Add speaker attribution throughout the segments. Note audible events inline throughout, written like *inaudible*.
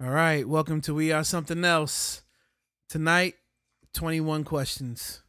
Speaker 1: All right, welcome to We Are Something Else. Tonight, 21 questions.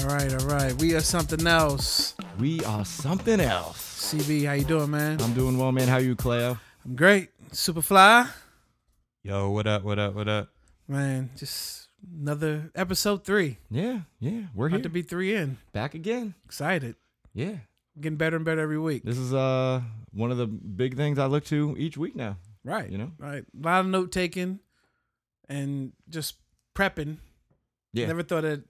Speaker 1: All right, all right. We are something else.
Speaker 2: We are something else.
Speaker 1: CB, how you doing, man?
Speaker 2: I'm doing well, man. How you, Cleo?
Speaker 1: I'm great. Superfly,
Speaker 3: Yo, what up? What up? What up?
Speaker 1: man. Just another episode three.
Speaker 2: Yeah, yeah. We're here.
Speaker 1: About to be three in.
Speaker 2: Back again.
Speaker 1: Excited.
Speaker 2: Yeah.
Speaker 1: Getting better and better every week.
Speaker 2: This is uh one of the big things I look to each week now.
Speaker 1: Right.
Speaker 2: You know?
Speaker 1: Right. A lot of note taking, and just prepping.
Speaker 2: Yeah.
Speaker 1: Never thought that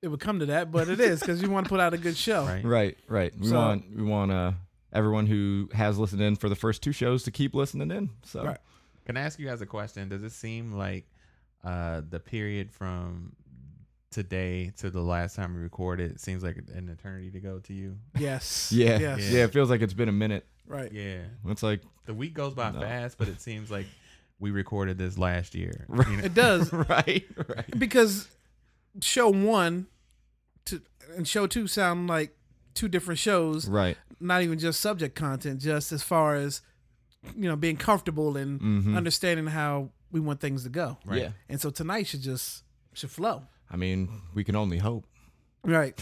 Speaker 1: it would come to that, but it is because you want to put out a good show.
Speaker 2: *laughs*
Speaker 3: Right.
Speaker 2: Right, right. We
Speaker 1: So-
Speaker 2: want we want uh everyone who has listened in for the first two shows to keep listening in. So
Speaker 1: Right.
Speaker 3: Can I ask you guys a question? Does it seem like uh, the period from today to the last time we recorded seems like an eternity to go to you?
Speaker 1: Yes.
Speaker 2: yeah,
Speaker 1: Yes.
Speaker 2: yeah, it feels like it's been a minute.
Speaker 1: Right.
Speaker 3: Yeah.
Speaker 2: It's
Speaker 3: *laughs*
Speaker 2: like
Speaker 3: The week goes by
Speaker 2: No.
Speaker 3: fast, but it seems like we recorded this
Speaker 1: *laughs*
Speaker 3: last year. you
Speaker 2: Right.
Speaker 3: know?
Speaker 1: It does.
Speaker 2: right, right.
Speaker 1: because show one to and show two sound like two different shows
Speaker 2: Right.
Speaker 1: not even just subject content just as far as you know being comfortable and
Speaker 2: Mhm.
Speaker 1: understanding how we want things to go
Speaker 3: Mm-hmm. Right.
Speaker 2: Yeah.
Speaker 1: and so tonight should just should flow
Speaker 2: I mean, we can only hope.
Speaker 1: *laughs* right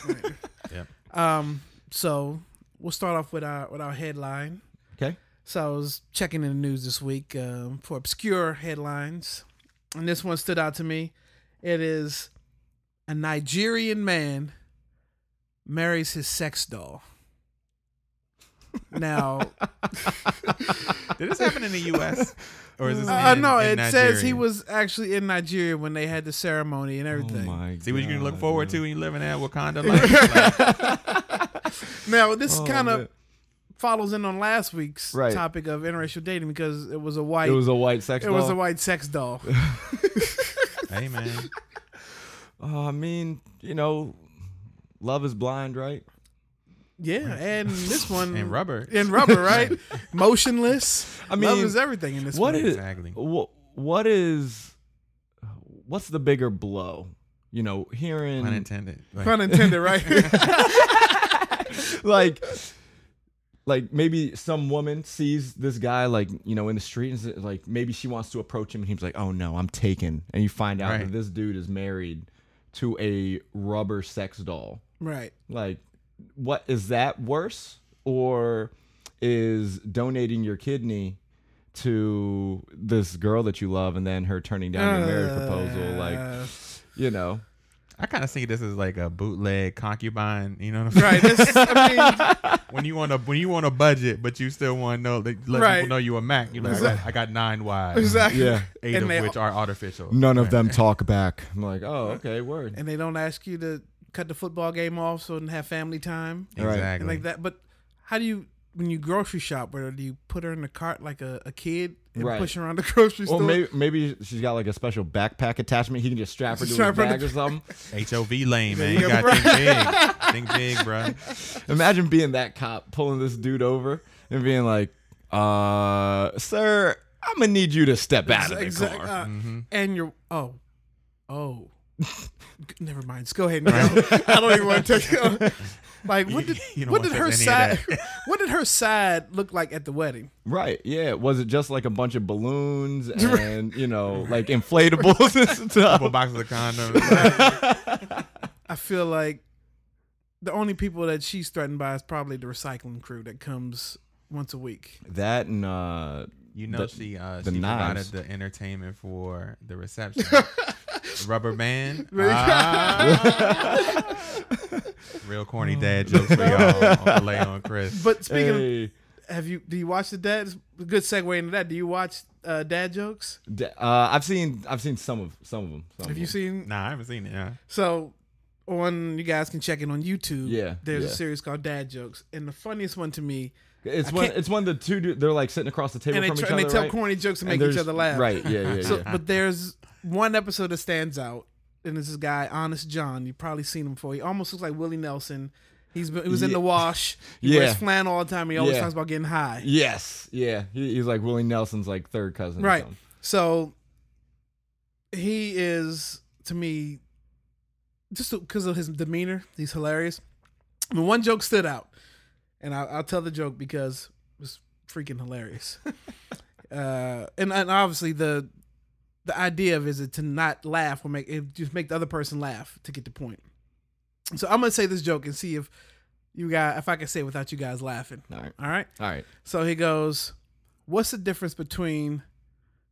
Speaker 3: Yep.
Speaker 1: um so we'll start off with our with our headline
Speaker 2: Okay.
Speaker 1: so i was checking in the news this week um, for obscure headlines and this one stood out to me it is a nigerian man marries his sex doll
Speaker 2: *laughs*
Speaker 1: now
Speaker 3: Did this happen in the U.S. or is this?
Speaker 1: Uh,
Speaker 3: in-
Speaker 1: no,
Speaker 3: in
Speaker 1: it says
Speaker 3: Nigeria?
Speaker 1: he was actually in Nigeria when they had the ceremony and everything.
Speaker 2: Oh my
Speaker 3: See what you can look
Speaker 2: God,
Speaker 3: forward
Speaker 2: man.
Speaker 3: to when you live in
Speaker 1: *laughs*
Speaker 3: that Wakanda life. Like,
Speaker 1: now, this
Speaker 2: Oh,
Speaker 1: kind
Speaker 2: man.
Speaker 1: of follows in on last week's
Speaker 2: Right.
Speaker 1: topic of interracial dating because it was a white
Speaker 2: It was a white sex. doll.
Speaker 1: a white sex doll.
Speaker 3: hey man,
Speaker 2: Uh, I mean, you know, love is blind, right?
Speaker 1: yeah, and this
Speaker 2: *laughs*
Speaker 1: one
Speaker 3: and rubber.
Speaker 1: in rubber, right? Motionless.
Speaker 2: I
Speaker 1: love
Speaker 2: mean,
Speaker 1: is everything in this.
Speaker 2: what
Speaker 1: one.
Speaker 2: is
Speaker 3: Exactly.
Speaker 2: wha- what is what's the bigger blow? You know, hearing
Speaker 3: Unintended. Like,
Speaker 1: pun intended, right?
Speaker 2: *laughs* like like maybe some woman sees this guy like you know in the street and is like maybe she wants to approach him and he's like oh no i'm taken and you find out that
Speaker 3: Right.
Speaker 2: this dude is married to a rubber sex doll
Speaker 1: *laughs* right.
Speaker 2: like what is that worse or is donating your kidney to this girl that you love and then her turning down your marriage proposal like
Speaker 1: Uh,
Speaker 2: you know
Speaker 3: I kind of see this as like a bootleg concubine. You know what I'm
Speaker 1: right.
Speaker 3: saying?
Speaker 1: This,
Speaker 2: *laughs*
Speaker 1: I
Speaker 3: when you want to when you want a budget, but you still want to know like, let
Speaker 1: Right.
Speaker 3: people know you a Mac. You like I got nine wide,
Speaker 1: mean, exactly.
Speaker 2: yeah
Speaker 3: eight
Speaker 1: And
Speaker 3: of
Speaker 1: they-
Speaker 3: which are artificial.
Speaker 2: none of them talk back i'm like oh okay word
Speaker 1: And they don't ask you to cut the football game off so and have family time.
Speaker 2: Right.
Speaker 3: exactly.
Speaker 1: and like that. But how do you when you grocery shop? Where do you put her in the cart like a, a kid and
Speaker 2: Right.
Speaker 1: push her around the *laughs* grocery
Speaker 2: or
Speaker 1: store?
Speaker 2: maybe, maybe she's got like a special backpack attachment. He can just strap her to
Speaker 1: Strap
Speaker 2: his
Speaker 1: her to-
Speaker 2: bag
Speaker 1: *laughs*
Speaker 2: or something.
Speaker 3: HOV lane, man. You
Speaker 1: Yeah,
Speaker 3: got
Speaker 1: *laughs*
Speaker 3: to think big, think big, bro.
Speaker 2: Imagine being that cop pulling this dude over and being like, "Uh, sir, I'm gonna need you to step out of the
Speaker 1: Exact-
Speaker 2: car."
Speaker 1: uh, And you're oh, oh. G- Never mind. Just go ahead. And go. *laughs* I don't even want to
Speaker 2: *laughs*
Speaker 1: take. it. *laughs* Like what
Speaker 3: You-
Speaker 1: did
Speaker 3: you don't
Speaker 1: what
Speaker 3: want
Speaker 1: did her
Speaker 3: to touch any
Speaker 1: side
Speaker 3: of
Speaker 1: *laughs* what did her side look like at the wedding?
Speaker 2: Right. Yeah. Was it just like a bunch
Speaker 1: *laughs*
Speaker 2: of balloons and, you know, like inflatables and stuff?
Speaker 3: Couple boxes of condoms.
Speaker 1: I feel like the only people that she's threatened by is probably the recycling crew that comes once a week.
Speaker 2: That and, uh,
Speaker 3: You know
Speaker 2: The-
Speaker 3: she uh,
Speaker 2: the
Speaker 3: she
Speaker 2: knives.
Speaker 3: provided the entertainment for
Speaker 1: *laughs*
Speaker 3: the reception. Rubber band.
Speaker 1: Really?
Speaker 3: Ah. real corny dad jokes for y'all on Lay on Chris.
Speaker 1: But speaking of
Speaker 2: hey,
Speaker 1: Have you? Do you watch the dads? Good segue into that. Do you watch uh, dad jokes?
Speaker 2: D- Uh, I've seen I've seen some of some of them. Some
Speaker 1: Have
Speaker 2: of
Speaker 1: you
Speaker 2: them.
Speaker 1: seen?
Speaker 3: Nah, I haven't seen
Speaker 1: *laughs*
Speaker 3: it. Yeah.
Speaker 1: So, on you guys can check it on YouTube.
Speaker 2: Yeah,
Speaker 1: there's a
Speaker 2: yeah.
Speaker 1: series called Dad Jokes, and the funniest one to me,
Speaker 2: It's
Speaker 1: I
Speaker 2: when
Speaker 1: can't-
Speaker 2: it's when the two dude, they're like sitting across the table
Speaker 1: and they
Speaker 2: from
Speaker 1: try,
Speaker 2: each
Speaker 1: and
Speaker 2: other.
Speaker 1: they tell
Speaker 2: right?
Speaker 1: corny jokes to
Speaker 2: And
Speaker 1: make each
Speaker 2: there's-
Speaker 1: other laugh.
Speaker 2: Right. Yeah. Yeah.
Speaker 1: So,
Speaker 2: yeah.
Speaker 1: but there's one episode that stands out, and it's this guy, Honest John. You've probably seen him before. He almost looks like Willie Nelson. He's been, he was in
Speaker 2: Yeah.
Speaker 1: the wash. He
Speaker 2: *laughs* Yeah.
Speaker 1: wears flannel all the time. He always
Speaker 2: Yeah.
Speaker 1: talks about getting high.
Speaker 2: Yes. Yeah. He, he's like Willie Nelson's like third cousin. or
Speaker 1: Right.
Speaker 2: something.
Speaker 1: So he is to me just because of his demeanor. He's hilarious. I mean, one joke stood out, and I, I'll tell the joke because it was freaking hilarious. *laughs* uh, and and obviously the the idea of is it to not laugh or make it just make the other person laugh to get the point. So I'm gonna say this joke and see if you guys if I can say it without you guys laughing.
Speaker 2: All right.
Speaker 1: All right.
Speaker 2: All right.
Speaker 1: So he goes, What's the difference between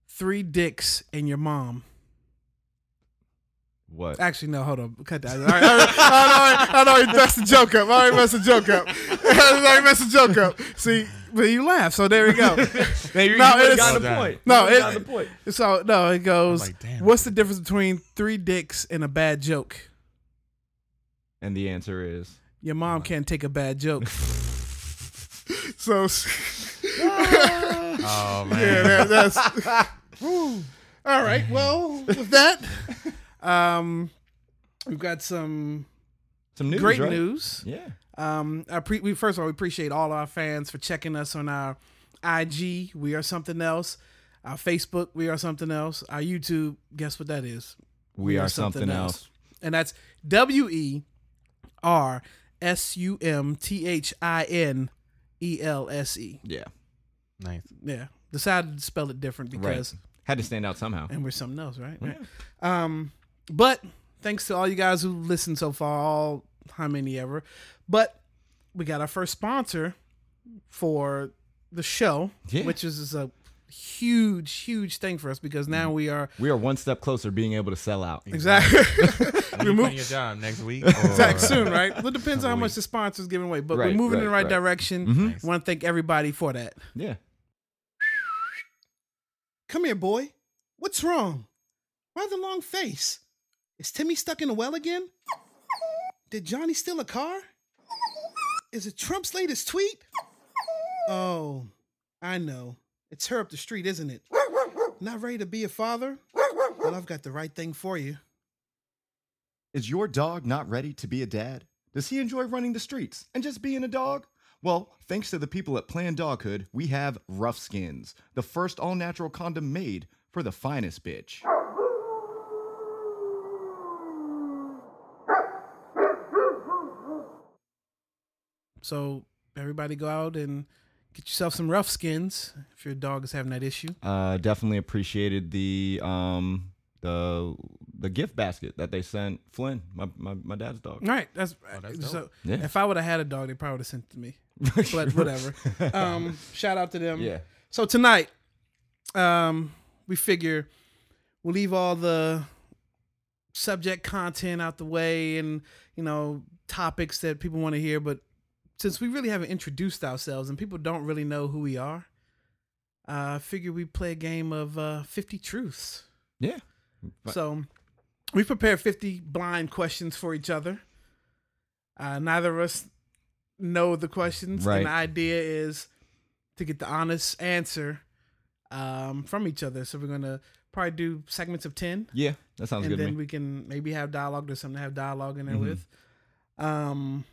Speaker 1: three dicks and your mom?
Speaker 2: What? *laughs*
Speaker 1: Actually, no, hold on. Cut that. All right, all right, I already messed the joke up. I already messed the joke up. *laughs* I already messed the joke up. See, but you laugh, so there we
Speaker 3: *laughs*
Speaker 1: go.
Speaker 2: Maybe
Speaker 1: *laughs* No,
Speaker 2: you
Speaker 1: it's-
Speaker 2: got the
Speaker 3: Well
Speaker 2: point.
Speaker 1: No,
Speaker 2: You
Speaker 1: *laughs*
Speaker 2: got
Speaker 1: it-
Speaker 2: the point.
Speaker 1: So, no, it goes,
Speaker 3: I'm like, damn.
Speaker 1: What's the difference between three dicks and a bad joke?
Speaker 2: And the answer is
Speaker 1: Your mom can't take a bad
Speaker 3: *laughs*
Speaker 1: joke. so,
Speaker 3: Oh man.
Speaker 1: yeah, *laughs* that, that's. *laughs* Whew. All right. Well, with that, *laughs* um, we've got some
Speaker 2: some news.
Speaker 1: great
Speaker 2: right?
Speaker 1: news.
Speaker 2: Yeah.
Speaker 1: Um, I pre- we first of all we appreciate all our fans for checking us on our IG. We are something else. Our Facebook. We are something else. Our YouTube. Guess what that is?
Speaker 2: We, are, something, else.
Speaker 1: And that's W E R S U M T H I N E L S E.
Speaker 2: Yeah.
Speaker 3: Nice.
Speaker 1: Yeah. Decided to spell it different because
Speaker 2: Had to stand out somehow.
Speaker 1: and we're something else, right? Right. Um, but thanks to all you guys who listened so far, all how many ever. But we got our first sponsor for the show,
Speaker 2: Yeah.
Speaker 1: which is, is a huge, huge thing for us because
Speaker 2: Mm.
Speaker 1: now we are
Speaker 2: We are one step closer being able to sell out.
Speaker 1: exactly *laughs*
Speaker 2: *laughs*
Speaker 3: You
Speaker 1: Remove-
Speaker 3: quit your job next
Speaker 1: *laughs*
Speaker 3: week. Or,
Speaker 1: back soon, right? Well, it depends on how much the sponsor is giving away, but we're
Speaker 2: Right,
Speaker 1: moving in the
Speaker 2: right,
Speaker 1: right,
Speaker 2: right.
Speaker 1: direction.
Speaker 2: Mhm.
Speaker 3: Nice.
Speaker 1: Want to thank everybody for that.
Speaker 2: Yeah.
Speaker 1: Come here, boy. What's wrong? Why the long face? Is Timmy stuck in a well again? Did Johnny steal a car? Is it Trump's latest tweet? Oh, I know. It's her up the street, isn't it? Not ready to be a father? Well, I've got the right thing for you.
Speaker 2: Is your dog not ready to be a dad? Does he enjoy running the streets and just being a dog? Well, thanks to the people at Planned Doghood, we have Rough Skins, the first all natural condom made for the finest bitch.
Speaker 1: So, everybody go out and get yourself some rough skins if your dog is having that issue.
Speaker 2: Uh, definitely appreciated the um the the gift basket that they sent Flynn, my my, my dad's dog.
Speaker 1: All right, that's,
Speaker 3: Oh, that's dope.
Speaker 1: so.
Speaker 2: Yeah.
Speaker 1: If I would have had a dog, they probably would have sent it
Speaker 2: *laughs*
Speaker 1: to me. But whatever. um, shout out to them.
Speaker 2: Yeah.
Speaker 1: So tonight, um, we figure we'll leave all the subject content out the way and you know topics that people want to hear. But since we really haven't introduced ourselves and people don't really know who we are, uh, I figure we play a game of uh, fifty truths.
Speaker 2: Yeah. Right.
Speaker 1: So we prepared 50 blind questions for each other. Uh, neither of us know the questions.
Speaker 2: Right.
Speaker 1: And the idea is to get the honest answer um, from each other. So we're going to probably do segments of 10.
Speaker 2: Yeah, that sounds
Speaker 1: and
Speaker 2: good to
Speaker 1: then
Speaker 2: me. Mm-hmm.
Speaker 1: we can maybe have dialogue. There's something to have dialogue in there with. Um,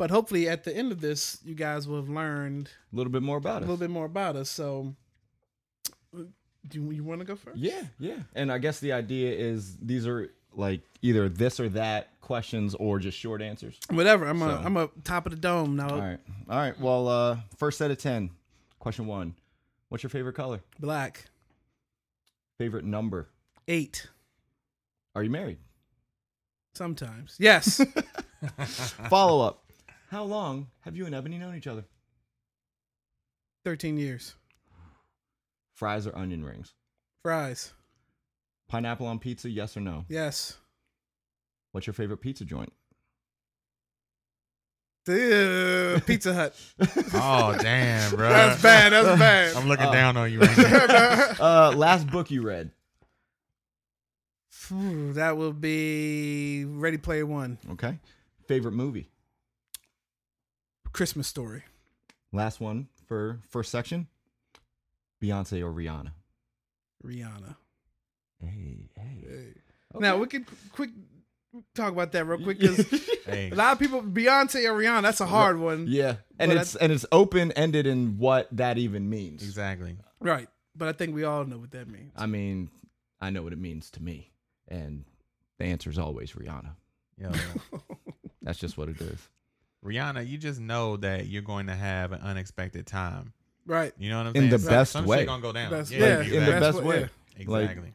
Speaker 1: but hopefully at the end of this, you guys will have learned
Speaker 2: a little bit more about
Speaker 1: a
Speaker 2: it.
Speaker 1: little bit more about us. So uh, do you, you want to go first?
Speaker 2: Yeah, yeah. And I guess the idea is these are like either this or that questions or just short answers.
Speaker 1: Whatever. I'm a,
Speaker 2: So-
Speaker 1: I'm a top of the dome
Speaker 3: Oh.
Speaker 1: now.
Speaker 2: All right. All right. Well, uh first set of 10. Question 1. What's your favorite color?
Speaker 1: Black.
Speaker 2: Favorite number?
Speaker 1: Eight.
Speaker 2: Are you
Speaker 3: *laughs*
Speaker 2: married?
Speaker 1: Sometimes.
Speaker 2: *laughs*
Speaker 1: Yes.
Speaker 2: Follow up. How long have you and Ebony known each other?
Speaker 1: 13 years.
Speaker 2: Fries or onion rings?
Speaker 1: Fries.
Speaker 2: Pineapple on pizza, yes or no?
Speaker 1: Yes.
Speaker 2: What's your favorite pizza joint?
Speaker 1: the uh, Pizza
Speaker 2: *laughs*
Speaker 1: Hut.
Speaker 3: *laughs* Oh damn, bro.
Speaker 1: That's bad. That's bad.
Speaker 3: *laughs* I'm looking
Speaker 2: Oh.
Speaker 3: down on you right now.
Speaker 2: *laughs* Uh, last book you read.
Speaker 1: *laughs* Phew, that will be Ready Player One,
Speaker 2: Okay. Favorite movie.
Speaker 1: Christmas Story.
Speaker 2: Last one for first section. Beyonce or Rihanna.
Speaker 1: Rihanna.
Speaker 2: Hey, hey.
Speaker 1: Now we could quick talk about that real quick
Speaker 2: *laughs*
Speaker 1: because *laughs*
Speaker 3: Hey,
Speaker 1: a lot of people Beyonce or Rihanna. That's a hard one,
Speaker 2: yeah, and
Speaker 1: But
Speaker 2: it's and it's open ended in what that even means.
Speaker 3: exactly.
Speaker 1: right? But I think we all know what that means.
Speaker 2: I mean, I know what it means to me, and the answer is always Rihanna.
Speaker 3: Yo,
Speaker 2: That's just what it is.
Speaker 3: Rihanna, you just know that you're going to have an unexpected time.
Speaker 1: Right.
Speaker 3: You know what I'm
Speaker 2: In
Speaker 3: saying?
Speaker 2: the
Speaker 3: Some-
Speaker 2: best
Speaker 3: some
Speaker 2: way.
Speaker 3: shit gonna go down.
Speaker 1: That's-
Speaker 3: yeah,
Speaker 1: yeah,
Speaker 3: exactly.
Speaker 2: in the
Speaker 1: that's
Speaker 2: best
Speaker 1: what-
Speaker 2: way.
Speaker 1: yeah.
Speaker 2: like-
Speaker 3: Exactly.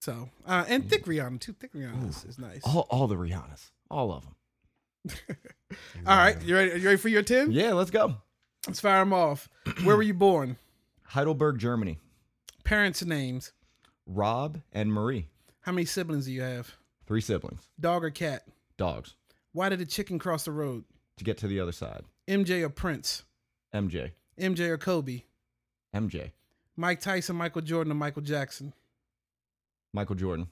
Speaker 1: So uh, and thick Rihanna too. Thick Rihanna is, is nice.
Speaker 2: All, all the Rihannas, all of them.
Speaker 1: All right, you ready? You ready for your ten?
Speaker 2: Yeah, let's go.
Speaker 1: Let's fire them off. Where were you born?
Speaker 2: Heidelberg, Germany.
Speaker 1: Parents' names.
Speaker 2: Rob and Marie,
Speaker 1: How many siblings do you have?
Speaker 2: three siblings,
Speaker 1: Dog or cat?
Speaker 2: dogs.
Speaker 1: Why did a chicken cross the road?
Speaker 2: To get to the other side,
Speaker 1: MJ or Prince?
Speaker 2: MJ,
Speaker 1: MJ or Kobe?
Speaker 2: MJ,
Speaker 1: Mike Tyson, Michael Jordan, or Michael Jackson?
Speaker 2: Michael Jordan,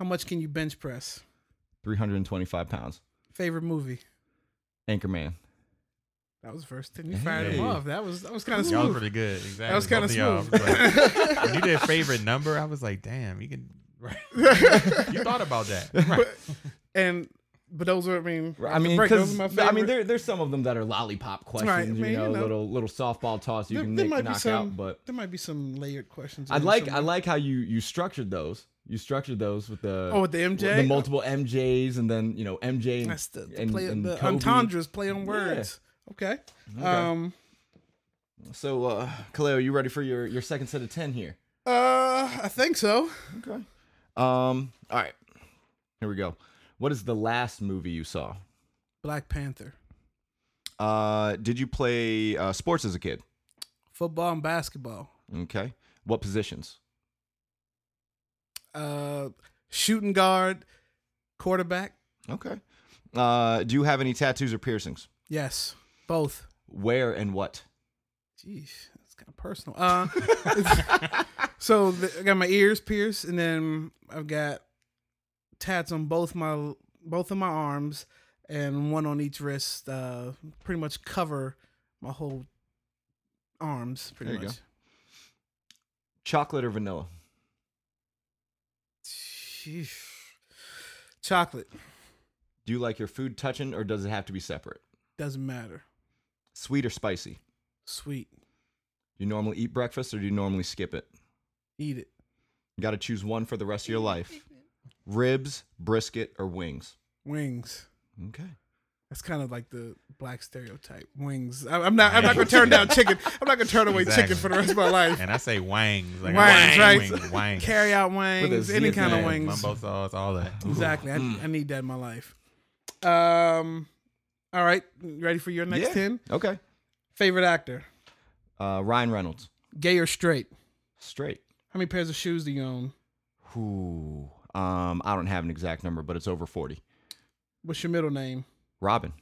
Speaker 1: How much can you bench press?
Speaker 2: 325 pounds.
Speaker 1: Favorite movie?
Speaker 2: Anchorman.
Speaker 1: That was the first ten. You fired
Speaker 3: Hey.
Speaker 1: him off. That was that was kind of
Speaker 3: Y'all was
Speaker 1: smooth.
Speaker 3: pretty good. Exactly.
Speaker 1: That was kind of
Speaker 3: Both y'all.
Speaker 1: smooth.
Speaker 3: But when you did favorite number, I was like, damn, you can. *laughs* you thought about that. Right.
Speaker 1: *laughs* and but those were I mean
Speaker 2: I mean,
Speaker 1: break, those are
Speaker 2: 'cause-
Speaker 1: my
Speaker 2: I mean,
Speaker 1: favorite.
Speaker 2: there, there's some of them that are lollipop questions,
Speaker 1: Right, I
Speaker 2: you,
Speaker 1: mean, you
Speaker 2: know,
Speaker 1: know.
Speaker 2: little little softball toss you
Speaker 1: There-
Speaker 2: can
Speaker 1: there
Speaker 2: nick-
Speaker 1: might be
Speaker 2: knock
Speaker 1: some-
Speaker 2: out. But
Speaker 1: there might be some layered questions.
Speaker 2: I
Speaker 1: in
Speaker 2: like
Speaker 1: there
Speaker 2: I like how you you structured those. You structured those with the
Speaker 1: Oh, with the MJ?
Speaker 2: the multiple MJs, and then you know MJ and
Speaker 1: That's the, the
Speaker 2: and-
Speaker 1: play
Speaker 2: and
Speaker 1: the
Speaker 2: Kobe.
Speaker 1: entendres play on words. Okay. Um
Speaker 2: So, uh, Kaleo, you ready for your your second set of ten here?
Speaker 1: uh I think so.
Speaker 2: Okay. Um. All right. Here we go. What is the last movie you saw?
Speaker 1: Black Panther.
Speaker 2: Uh, did you play uh, sports as a kid?
Speaker 1: Football and basketball.
Speaker 2: Okay. What positions?
Speaker 1: Uh shooting guard, quarterback.
Speaker 2: Okay. Uh, do you have any tattoos or piercings?
Speaker 1: Yes. Both.
Speaker 2: Where and what?
Speaker 1: Jeez, that's kind of personal. Uh *laughs* so the, I got my ears pierced and then I've got tats on both my both of my arms and one on each wrist uh pretty much cover my whole arms pretty
Speaker 2: There you
Speaker 1: much.
Speaker 2: go. Chocolate or vanilla?
Speaker 1: Sheesh. Chocolate
Speaker 2: Do you like your food touching or does it have to be separate?
Speaker 1: doesn't matter.
Speaker 2: Sweet or spicy? Do
Speaker 1: Sweet,
Speaker 2: you normally eat breakfast or do you normally skip it?
Speaker 1: eat it.
Speaker 2: You got to choose one for the rest of your life. Ribs, brisket, or wings?
Speaker 1: Wings.
Speaker 2: Okay.
Speaker 1: That's kind of like the black stereotype. Wings. I, I'm not. I'm not gonna turn down chicken. I'm not gonna turn away chicken for the rest of
Speaker 2: *laughs*
Speaker 1: my life.
Speaker 3: And I say wangs. Like
Speaker 1: Wangs, right?
Speaker 3: wangs, Wangs, wangs.
Speaker 1: Carry out
Speaker 2: With a
Speaker 1: wings.
Speaker 2: Z
Speaker 1: Any
Speaker 2: at the
Speaker 1: kind of
Speaker 2: end.
Speaker 1: wings.
Speaker 3: Mumbo sauce, all that.
Speaker 1: Exactly. I,
Speaker 2: Mm.
Speaker 1: I need that in my life. Um. All right. You Ready for your next
Speaker 2: Yeah.
Speaker 1: ten?
Speaker 2: Okay.
Speaker 1: Favorite actor?
Speaker 2: Uh, Ryan Reynolds.
Speaker 1: Gay or straight?
Speaker 2: Straight.
Speaker 1: How many pairs of shoes do you own?
Speaker 2: Ooh. Um, I don't have an exact number, but it's over 40.
Speaker 1: What's your middle name?
Speaker 2: Robin.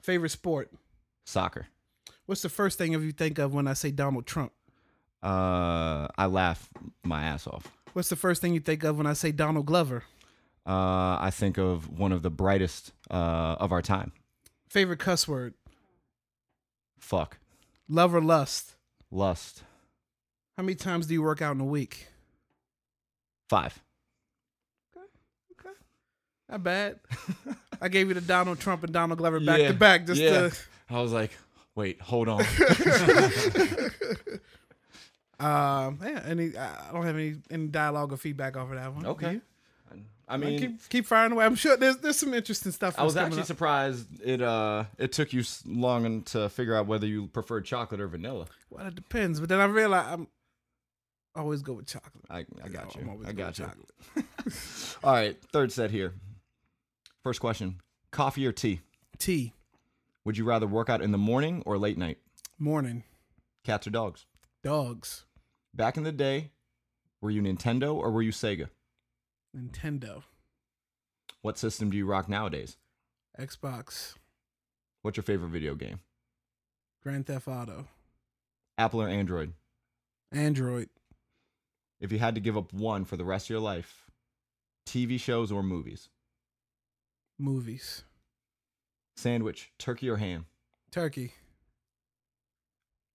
Speaker 1: Favorite sport?
Speaker 2: Soccer.
Speaker 1: What's the first thing of you think of when I say Donald Trump?
Speaker 2: Uh, I laugh my ass off.
Speaker 1: What's the first thing you think of when I say Donald Glover?
Speaker 2: Uh, I think of one of the brightest uh, of our time.
Speaker 1: Favorite cuss word?
Speaker 2: Fuck.
Speaker 1: Love or lust?
Speaker 2: Lust.
Speaker 1: How many times do you work out in a week?
Speaker 2: Five.
Speaker 1: Not bad. I gave you the Donald Trump and Donald Glover back
Speaker 2: Yeah,
Speaker 1: to back just
Speaker 2: yeah.
Speaker 1: to.
Speaker 2: *laughs* I was like, wait, hold
Speaker 1: *laughs*
Speaker 2: on.
Speaker 1: Um, yeah, any, I I don't have any, any dialogue or feedback off of that one. Do
Speaker 2: okay.
Speaker 1: you?
Speaker 2: I
Speaker 1: I
Speaker 2: mean,
Speaker 1: keep, keep firing away. I'm sure there's there's some interesting stuff.
Speaker 2: I was
Speaker 1: that's
Speaker 2: actually
Speaker 1: coming up.
Speaker 2: surprised it uh it took you s- long en- to figure out whether you preferred chocolate or vanilla.
Speaker 1: Well, it depends. But then I realized I'm I always go with chocolate.
Speaker 2: I, I got
Speaker 1: I'm
Speaker 2: you.
Speaker 1: always
Speaker 2: I
Speaker 1: go
Speaker 2: got
Speaker 1: with
Speaker 2: you.
Speaker 1: chocolate.
Speaker 2: All right, third set here. First question: Coffee or tea?
Speaker 1: Tea
Speaker 2: Would you rather work out in the morning or late night?
Speaker 1: morning
Speaker 2: Cats or dogs?
Speaker 1: dogs
Speaker 2: Back in the day, were you Nintendo or were you Sega?
Speaker 1: Nintendo
Speaker 2: What system do you rock nowadays?
Speaker 1: Xbox
Speaker 2: What's your favorite video game?
Speaker 1: Grand Theft Auto,
Speaker 2: Apple or Android?
Speaker 1: Android,
Speaker 2: If you had to give up one for the rest of your life, TV shows or movies?
Speaker 1: movies,
Speaker 2: Sandwich, turkey or ham?
Speaker 1: turkey,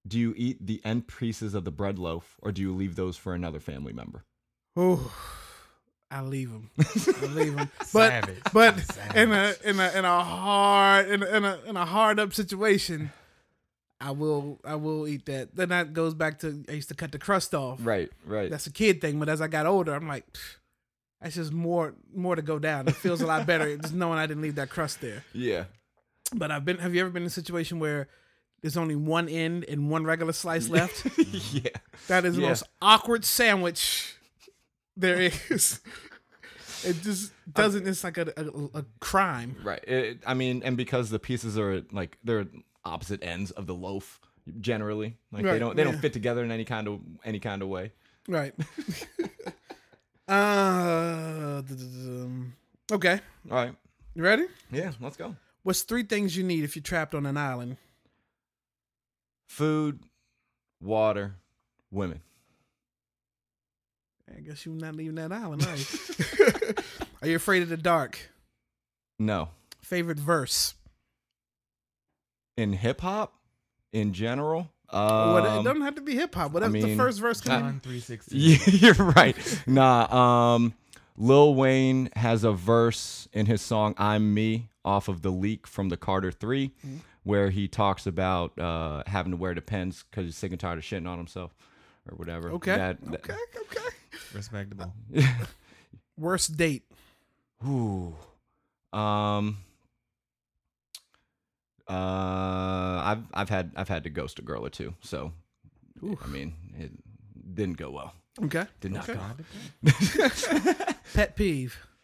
Speaker 2: Do you eat the end pieces of the bread loaf or do you leave those for another family member?
Speaker 1: Oh, I leave them. I leave
Speaker 2: *laughs*
Speaker 1: them. but but *laughs* in a in a in a hard in a, in a in a hard up situation, I will I will eat that. Then that goes back to I used to cut the crust off.
Speaker 2: Right, right.
Speaker 1: That's a kid thing. But as I got older, I'm like. "Pfft, That's just more more to go down. It feels a lot
Speaker 2: *laughs*
Speaker 1: better just knowing I didn't leave that crust there.
Speaker 2: yeah.
Speaker 1: But I've been. Have you ever been in a situation where there's only one end and one regular slice left?
Speaker 2: *laughs* yeah.
Speaker 1: That is the
Speaker 2: *laughs* Yeah.
Speaker 1: most awkward sandwich there is. it just doesn't. It's like a a, a crime.
Speaker 2: Right. It, I mean, and because the pieces are like they're opposite ends of the loaf generally. Like
Speaker 1: Right,
Speaker 2: they don't they
Speaker 1: yeah.
Speaker 2: don't fit together in any kind of any kind of way.
Speaker 1: Right. *laughs* uh, d- d- d- um, okay.
Speaker 2: All right.
Speaker 1: You ready?
Speaker 2: Yeah, let's go.
Speaker 1: What's three things you need if you're trapped on an island?
Speaker 2: Food, water, women.
Speaker 1: I guess you're not leaving that island,
Speaker 2: *laughs*
Speaker 1: are you? are you afraid of the dark?
Speaker 2: No.
Speaker 1: Favorite verse?
Speaker 2: In hip hop in general,
Speaker 1: what,
Speaker 2: um,
Speaker 1: it doesn't have to be hip hop. Whatever the
Speaker 2: mean,
Speaker 1: first verse can be.
Speaker 3: John three
Speaker 2: *laughs*
Speaker 3: sixteen.
Speaker 2: Yeah, You're right. Nah, um, Lil Wayne has a verse in his song "I'm Me" off of the leak from the Carter 3
Speaker 1: Mm-hmm.
Speaker 2: where he talks about uh, having to wear the pens because he's sick and tired of shitting on himself or whatever.
Speaker 1: Okay.
Speaker 2: That- that-
Speaker 1: okay. Okay.
Speaker 3: Respectable.
Speaker 1: Worst date?
Speaker 2: *laughs* Ooh. Um. Uh, I've I've had I've had to ghost a girl or two, so I mean it didn't go well.
Speaker 1: Okay.
Speaker 2: Did not
Speaker 1: Okay.
Speaker 2: go.
Speaker 1: *laughs* Pet peeve?
Speaker 2: *laughs*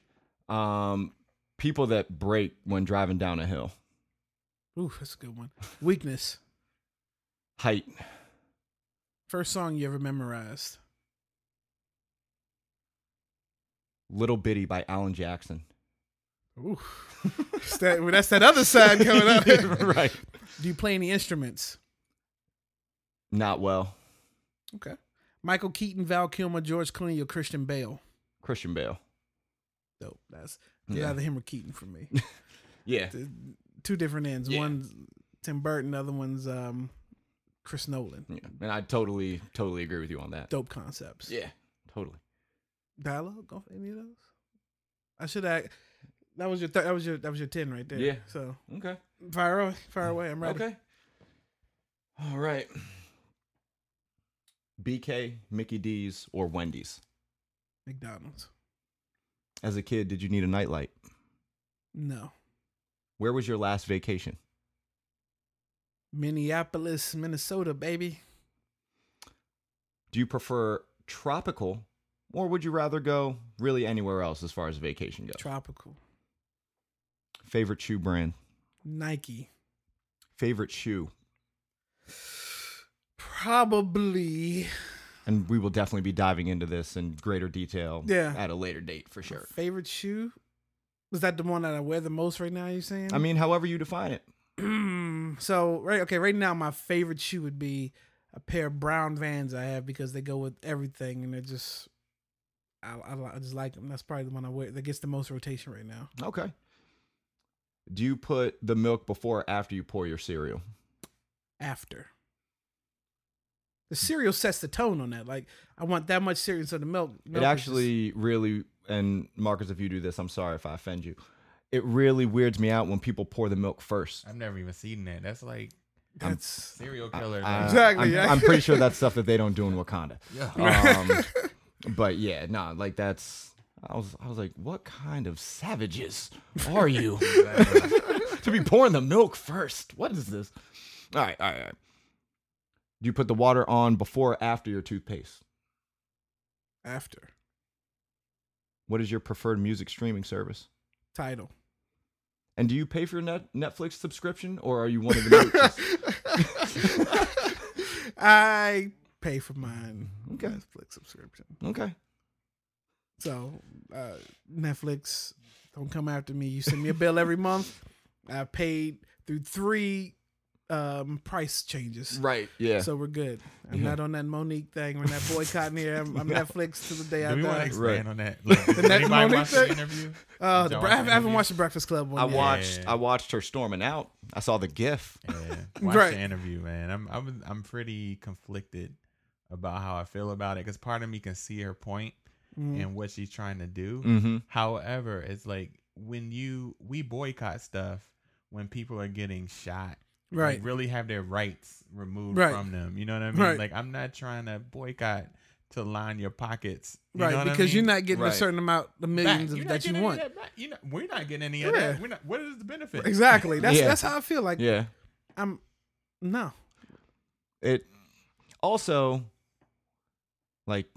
Speaker 2: Um, people that break when driving down a hill.
Speaker 1: Ooh, that's a good one. Weakness.
Speaker 2: Height.
Speaker 1: First song you ever memorized?
Speaker 2: Little Bitty by Alan Jackson.
Speaker 1: Ooh, It's that- well, that's that other side coming
Speaker 2: *laughs*
Speaker 1: up. Do
Speaker 2: right.
Speaker 1: you play any instruments?
Speaker 2: Not well.
Speaker 1: Okay. Michael Keaton, Val Kilmer, George Clooney, or Christian Bale?
Speaker 2: Christian Bale.
Speaker 1: Dope. That's it's
Speaker 2: Yeah.
Speaker 1: either him or Keaton for
Speaker 2: *laughs*
Speaker 1: me.
Speaker 2: Yeah.
Speaker 1: Two different ends.
Speaker 2: Yeah.
Speaker 1: One's Tim Burton, the other one's um, Chris Nolan.
Speaker 2: yeah. And I totally, totally agree with you on that.
Speaker 1: Dope concepts.
Speaker 2: Yeah. Totally.
Speaker 1: Dialogue off any of those? I should act. That was your th- that was your that was your ten right there.
Speaker 2: Yeah.
Speaker 1: So
Speaker 2: Okay.
Speaker 1: fire away, fire away. I'm ready.
Speaker 2: Okay. All right. BK, Mickey D's, or Wendy's.
Speaker 1: McDonald's.
Speaker 2: As a kid, did you need a nightlight?
Speaker 1: No.
Speaker 2: Where was your last vacation?
Speaker 1: Minneapolis, Minnesota, baby.
Speaker 2: Do you prefer tropical or would you rather go really anywhere else as far as vacation goes?
Speaker 1: Tropical.
Speaker 2: Favorite shoe brand?
Speaker 1: Nike.
Speaker 2: Favorite shoe?
Speaker 1: Probably
Speaker 2: And we will definitely be diving into this in greater detail
Speaker 1: Yeah.
Speaker 2: at a later date for sure.
Speaker 1: favorite shoe. Was that the one that I wear the most right now? You saying?
Speaker 2: I mean, however you define it.
Speaker 1: mean, *clears throat* so right. Okay, right now my favorite shoe would be a pair of brown Vans I have because they go with everything and they're just. I, I, li- I just like them. That's probably the one I wear that gets the most rotation right now.
Speaker 2: Okay. Do you put the milk before or after you pour your cereal?
Speaker 1: After. The cereal sets the tone on that. Like I want that much cereal, so the milk. milk
Speaker 2: it
Speaker 1: is
Speaker 2: actually really, and Marcus, if you do this, I'm sorry if I offend you. It really weirds me out when people pour the milk first.
Speaker 3: I've never even seen that. That's like
Speaker 1: just- that's
Speaker 3: serial killer.
Speaker 2: I-
Speaker 3: like-
Speaker 1: Exactly,
Speaker 2: I'm,
Speaker 1: yeah.
Speaker 2: I'm pretty
Speaker 1: *laughs*
Speaker 2: sure that's stuff that they don't do in Wakanda. *laughs*
Speaker 3: Yeah. *laughs*
Speaker 2: Um, but yeah, nah, like that's. I was, I was like, what kind of savages are
Speaker 3: *laughs*
Speaker 2: you *laughs* to be pouring the milk first? What is this? All right, all right, all right. Do you put the water on before or after your toothpaste?
Speaker 1: after
Speaker 2: What is your preferred music streaming service?
Speaker 1: title.
Speaker 2: *laughs* And do you pay for your net Netflix subscription or are you one of the
Speaker 1: *laughs*
Speaker 2: nooks?
Speaker 1: I pay for mine
Speaker 2: Okay.
Speaker 1: Netflix subscription.
Speaker 2: Okay.
Speaker 1: So uh, Netflix, don't come after me. You send me a bill every month. I paid through three um, price changes.
Speaker 2: Right. Yeah.
Speaker 1: So we're good. I'm
Speaker 2: Yeah.
Speaker 1: not on that Monique thing. We're not boycotting here. I'm,
Speaker 2: *laughs*
Speaker 1: I'm Netflix to the day I
Speaker 3: Do we want to
Speaker 1: die. Uh,
Speaker 2: Right.
Speaker 3: expand
Speaker 1: *laughs*
Speaker 3: on that? Like, did
Speaker 1: next
Speaker 3: anybody
Speaker 1: morning
Speaker 3: watch the
Speaker 1: thing?
Speaker 3: interview?
Speaker 1: Uh, the,
Speaker 3: Did y'all
Speaker 1: Bre-
Speaker 3: watch
Speaker 1: I haven't
Speaker 3: interview?
Speaker 1: watched the Breakfast Club one
Speaker 2: I
Speaker 1: yet.
Speaker 2: watched.
Speaker 3: Yeah.
Speaker 2: I watched her storming out. I saw the GIF.
Speaker 3: Yeah, watch
Speaker 1: Right.
Speaker 3: the interview, man. I'm I'm I'm pretty conflicted about how I feel about it because part of me can see her point
Speaker 1: Mm.
Speaker 3: and what she's trying to do.
Speaker 2: Mm-hmm.
Speaker 3: However, it's like when you we boycott stuff when people are getting shot. and
Speaker 1: Right.
Speaker 3: really have their rights removed
Speaker 1: Right.
Speaker 3: from them. You know what I mean?
Speaker 1: Right.
Speaker 3: Like I'm not trying to boycott to line your pockets. You know
Speaker 1: Right,
Speaker 3: what I
Speaker 1: because you're
Speaker 3: mean?
Speaker 1: not getting a
Speaker 2: Right.
Speaker 1: certain amount, the
Speaker 3: Back.
Speaker 1: millions
Speaker 3: You're
Speaker 1: of,
Speaker 3: not
Speaker 1: that you
Speaker 3: getting any of
Speaker 1: want.
Speaker 3: that back. You're not- we're not getting any of
Speaker 1: Yeah.
Speaker 3: that. We're not, what is the benefit?
Speaker 1: Exactly. That's
Speaker 2: Yeah.
Speaker 1: that's how I feel. Like
Speaker 2: Yeah.
Speaker 1: I'm no.
Speaker 2: It also like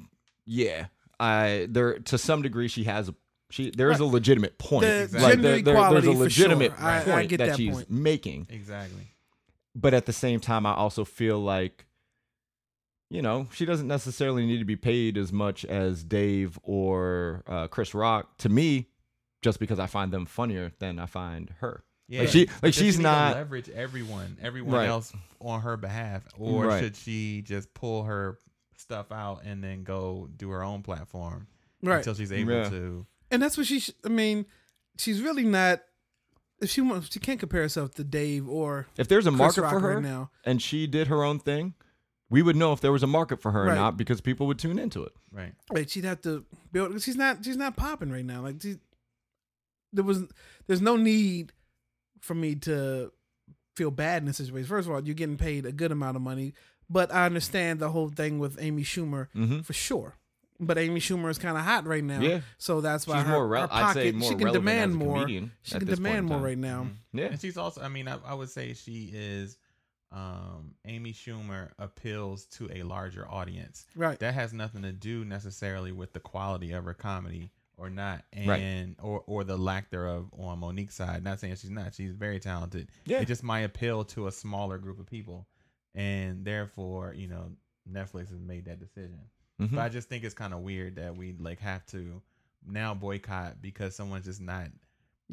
Speaker 2: yeah. I there to some degree she has a she there is a legitimate point.
Speaker 1: The
Speaker 2: Like,
Speaker 1: gender
Speaker 2: there's a
Speaker 1: equality for sure.
Speaker 2: legitimate
Speaker 1: I- I
Speaker 2: point
Speaker 1: get
Speaker 2: that,
Speaker 1: that
Speaker 2: she's
Speaker 1: point.
Speaker 2: making.
Speaker 3: Exactly.
Speaker 2: But at the same time I also feel like you know, she doesn't necessarily need to be paid as much as Dave or uh, Chris Rock to me just because I find them funnier than I find her.
Speaker 3: Yeah.
Speaker 2: Like she
Speaker 3: Does
Speaker 2: like
Speaker 3: she
Speaker 2: she's
Speaker 3: need to
Speaker 2: not
Speaker 3: leverage everyone, everyone
Speaker 2: Right.
Speaker 3: else on her behalf, or
Speaker 2: Right.
Speaker 3: should she just pull her stuff out and then go do her own platform
Speaker 1: Right.
Speaker 3: until she's able
Speaker 2: Yeah.
Speaker 3: to?
Speaker 1: and that's what she. Sh- I mean, she's really not. If she wants, she can't compare herself to Dave or
Speaker 2: if there's a
Speaker 1: Chris
Speaker 2: market
Speaker 1: Rock
Speaker 2: for her
Speaker 1: right now.
Speaker 2: and she did her own thing, we would know if there was a market for her
Speaker 1: Right.
Speaker 2: or not because people would tune into it.
Speaker 3: Right.
Speaker 1: Like she'd have to build. She's not. She's not popping right now. Like she, there was. There's no need for me to feel bad in this situation. First of all, you're getting paid a good amount of money, but I understand the whole thing with Amy Schumer
Speaker 2: Mm-hmm.
Speaker 1: for sure. But Amy Schumer is kind of hot right now,
Speaker 2: Yeah.
Speaker 1: so that's why
Speaker 2: She's
Speaker 1: her,
Speaker 2: more
Speaker 1: her
Speaker 2: rel-
Speaker 1: pocket.
Speaker 2: I'd say more
Speaker 1: she can
Speaker 2: relevant
Speaker 1: demand
Speaker 2: as a
Speaker 1: more.
Speaker 2: comedian
Speaker 1: She
Speaker 2: at
Speaker 1: can
Speaker 2: this point
Speaker 1: demand
Speaker 2: in
Speaker 1: more
Speaker 2: time. Mm-hmm.
Speaker 1: right now.
Speaker 3: Mhm.
Speaker 2: Yeah.
Speaker 3: And she's also, I mean, I, I would say she is um, Amy Schumer appeals to a larger audience.
Speaker 1: Right.
Speaker 3: That has nothing to do necessarily with the quality of her comedy or not, and
Speaker 2: Right.
Speaker 3: or or the lack thereof on Monique's side. Not saying she's not; she's very talented.
Speaker 2: Yeah.
Speaker 3: It just might appeal to a smaller group of people, and therefore, you know, Netflix has made that decision.
Speaker 2: Mhm.
Speaker 3: But I just think it's kind of weird that we like have to now boycott because someone's just not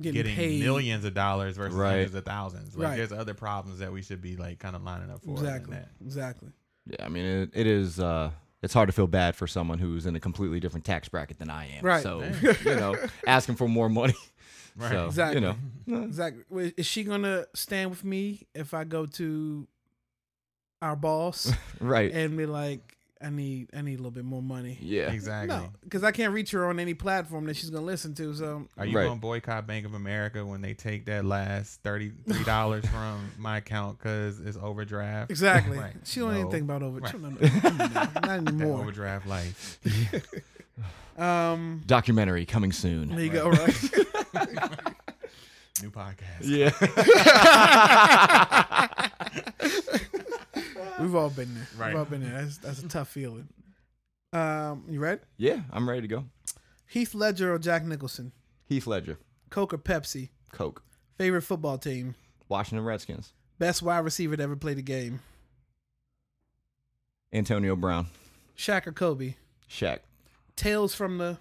Speaker 1: Getting,
Speaker 3: getting,
Speaker 1: paid.
Speaker 3: millions of dollars versus
Speaker 2: Right.
Speaker 3: hundreds of thousands. Like
Speaker 1: Right.
Speaker 3: there's other problems that we should be like kind of lining up for. than
Speaker 1: Exactly.
Speaker 3: that. *laughs*
Speaker 1: Exactly.
Speaker 2: Yeah, I mean it, it is uh it's hard to feel bad for someone who's in a completely different tax bracket than I am.
Speaker 1: Right.
Speaker 2: So,
Speaker 3: Damn.
Speaker 2: you know, asking for more money.
Speaker 3: Right.
Speaker 2: So,
Speaker 1: Exactly.
Speaker 2: you
Speaker 1: *laughs*
Speaker 2: know.
Speaker 1: Exactly. Wait, Is she gonna stand with me if I go to our
Speaker 3: *laughs*
Speaker 1: boss
Speaker 2: Right.
Speaker 1: and be like, "I need, I need a little bit more money"?
Speaker 2: yeah.
Speaker 3: *laughs* Exactly.
Speaker 1: No, because I can't reach her on any platform that she's gonna listen to. So *laughs*
Speaker 3: Are you
Speaker 2: Right.
Speaker 3: gonna boycott Bank of America when they take that last thirty
Speaker 2: *laughs*
Speaker 3: three dollars from my account because it's overdraft?
Speaker 1: exactly,
Speaker 3: Right.
Speaker 1: she don't even
Speaker 3: No.
Speaker 1: think about over.
Speaker 3: Right.
Speaker 1: no, no,
Speaker 3: *laughs*
Speaker 1: no, come on now. Not
Speaker 3: That
Speaker 1: anymore.
Speaker 3: overdraft life.
Speaker 1: Um,
Speaker 2: *laughs* Documentary coming soon.
Speaker 1: there you go. Right.
Speaker 3: New podcast.
Speaker 2: Yeah. *laughs*
Speaker 1: *laughs* We've all been there.
Speaker 3: Right.
Speaker 1: We've all been there. That's, that's a tough feeling. Um, you ready?
Speaker 2: yeah, I'm ready to go.
Speaker 1: Heath Ledger or Jack Nicholson?
Speaker 2: Heath Ledger,
Speaker 1: Coke or Pepsi?
Speaker 2: Coke,
Speaker 1: Favorite football team?
Speaker 2: Washington Redskins,
Speaker 1: Best wide receiver to ever play the game?
Speaker 2: Antonio Brown,
Speaker 1: Shaq or Kobe?
Speaker 2: Shaq,
Speaker 1: Tales from the.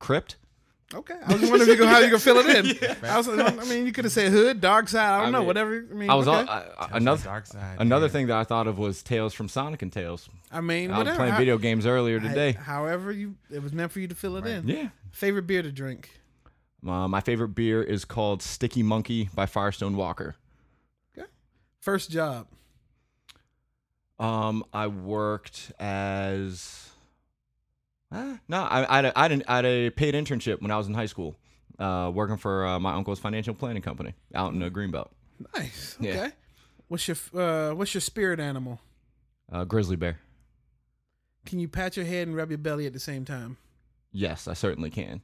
Speaker 2: Crypt.
Speaker 1: Okay, I was wondering if you could, how you could fill it *laughs* in. I was, I mean, you could have said hood, dark side. I don't
Speaker 2: I
Speaker 1: know,
Speaker 2: mean,
Speaker 1: whatever. I mean,
Speaker 2: I was
Speaker 1: okay.
Speaker 2: all, I, I-
Speaker 3: That's
Speaker 2: another
Speaker 3: the dark side.
Speaker 2: Another
Speaker 3: man.
Speaker 2: thing that I thought of was Tales from Sonic and Tales.
Speaker 1: I mean,
Speaker 2: I was
Speaker 1: whatever.
Speaker 2: playing
Speaker 1: How-
Speaker 2: video games earlier
Speaker 1: how-
Speaker 2: today.
Speaker 1: however, you it was meant for you to fill it
Speaker 3: Right.
Speaker 1: in.
Speaker 2: Yeah.
Speaker 1: Favorite beer to drink?
Speaker 2: Uh, my favorite beer is called Sticky Monkey by Firestone Walker.
Speaker 1: First job?
Speaker 2: Um, I worked as Ah, no, I I had a, I had an- I had a paid internship when I was in high school, uh, working for uh, my uncle's financial planning company out in the Greenbelt.
Speaker 1: Nice. Okay.
Speaker 2: Yeah.
Speaker 1: What's your f- uh, What's your spirit animal?
Speaker 2: Uh, grizzly bear.
Speaker 1: Can you pat your head and rub your belly at the same time?
Speaker 2: Yes, I certainly can.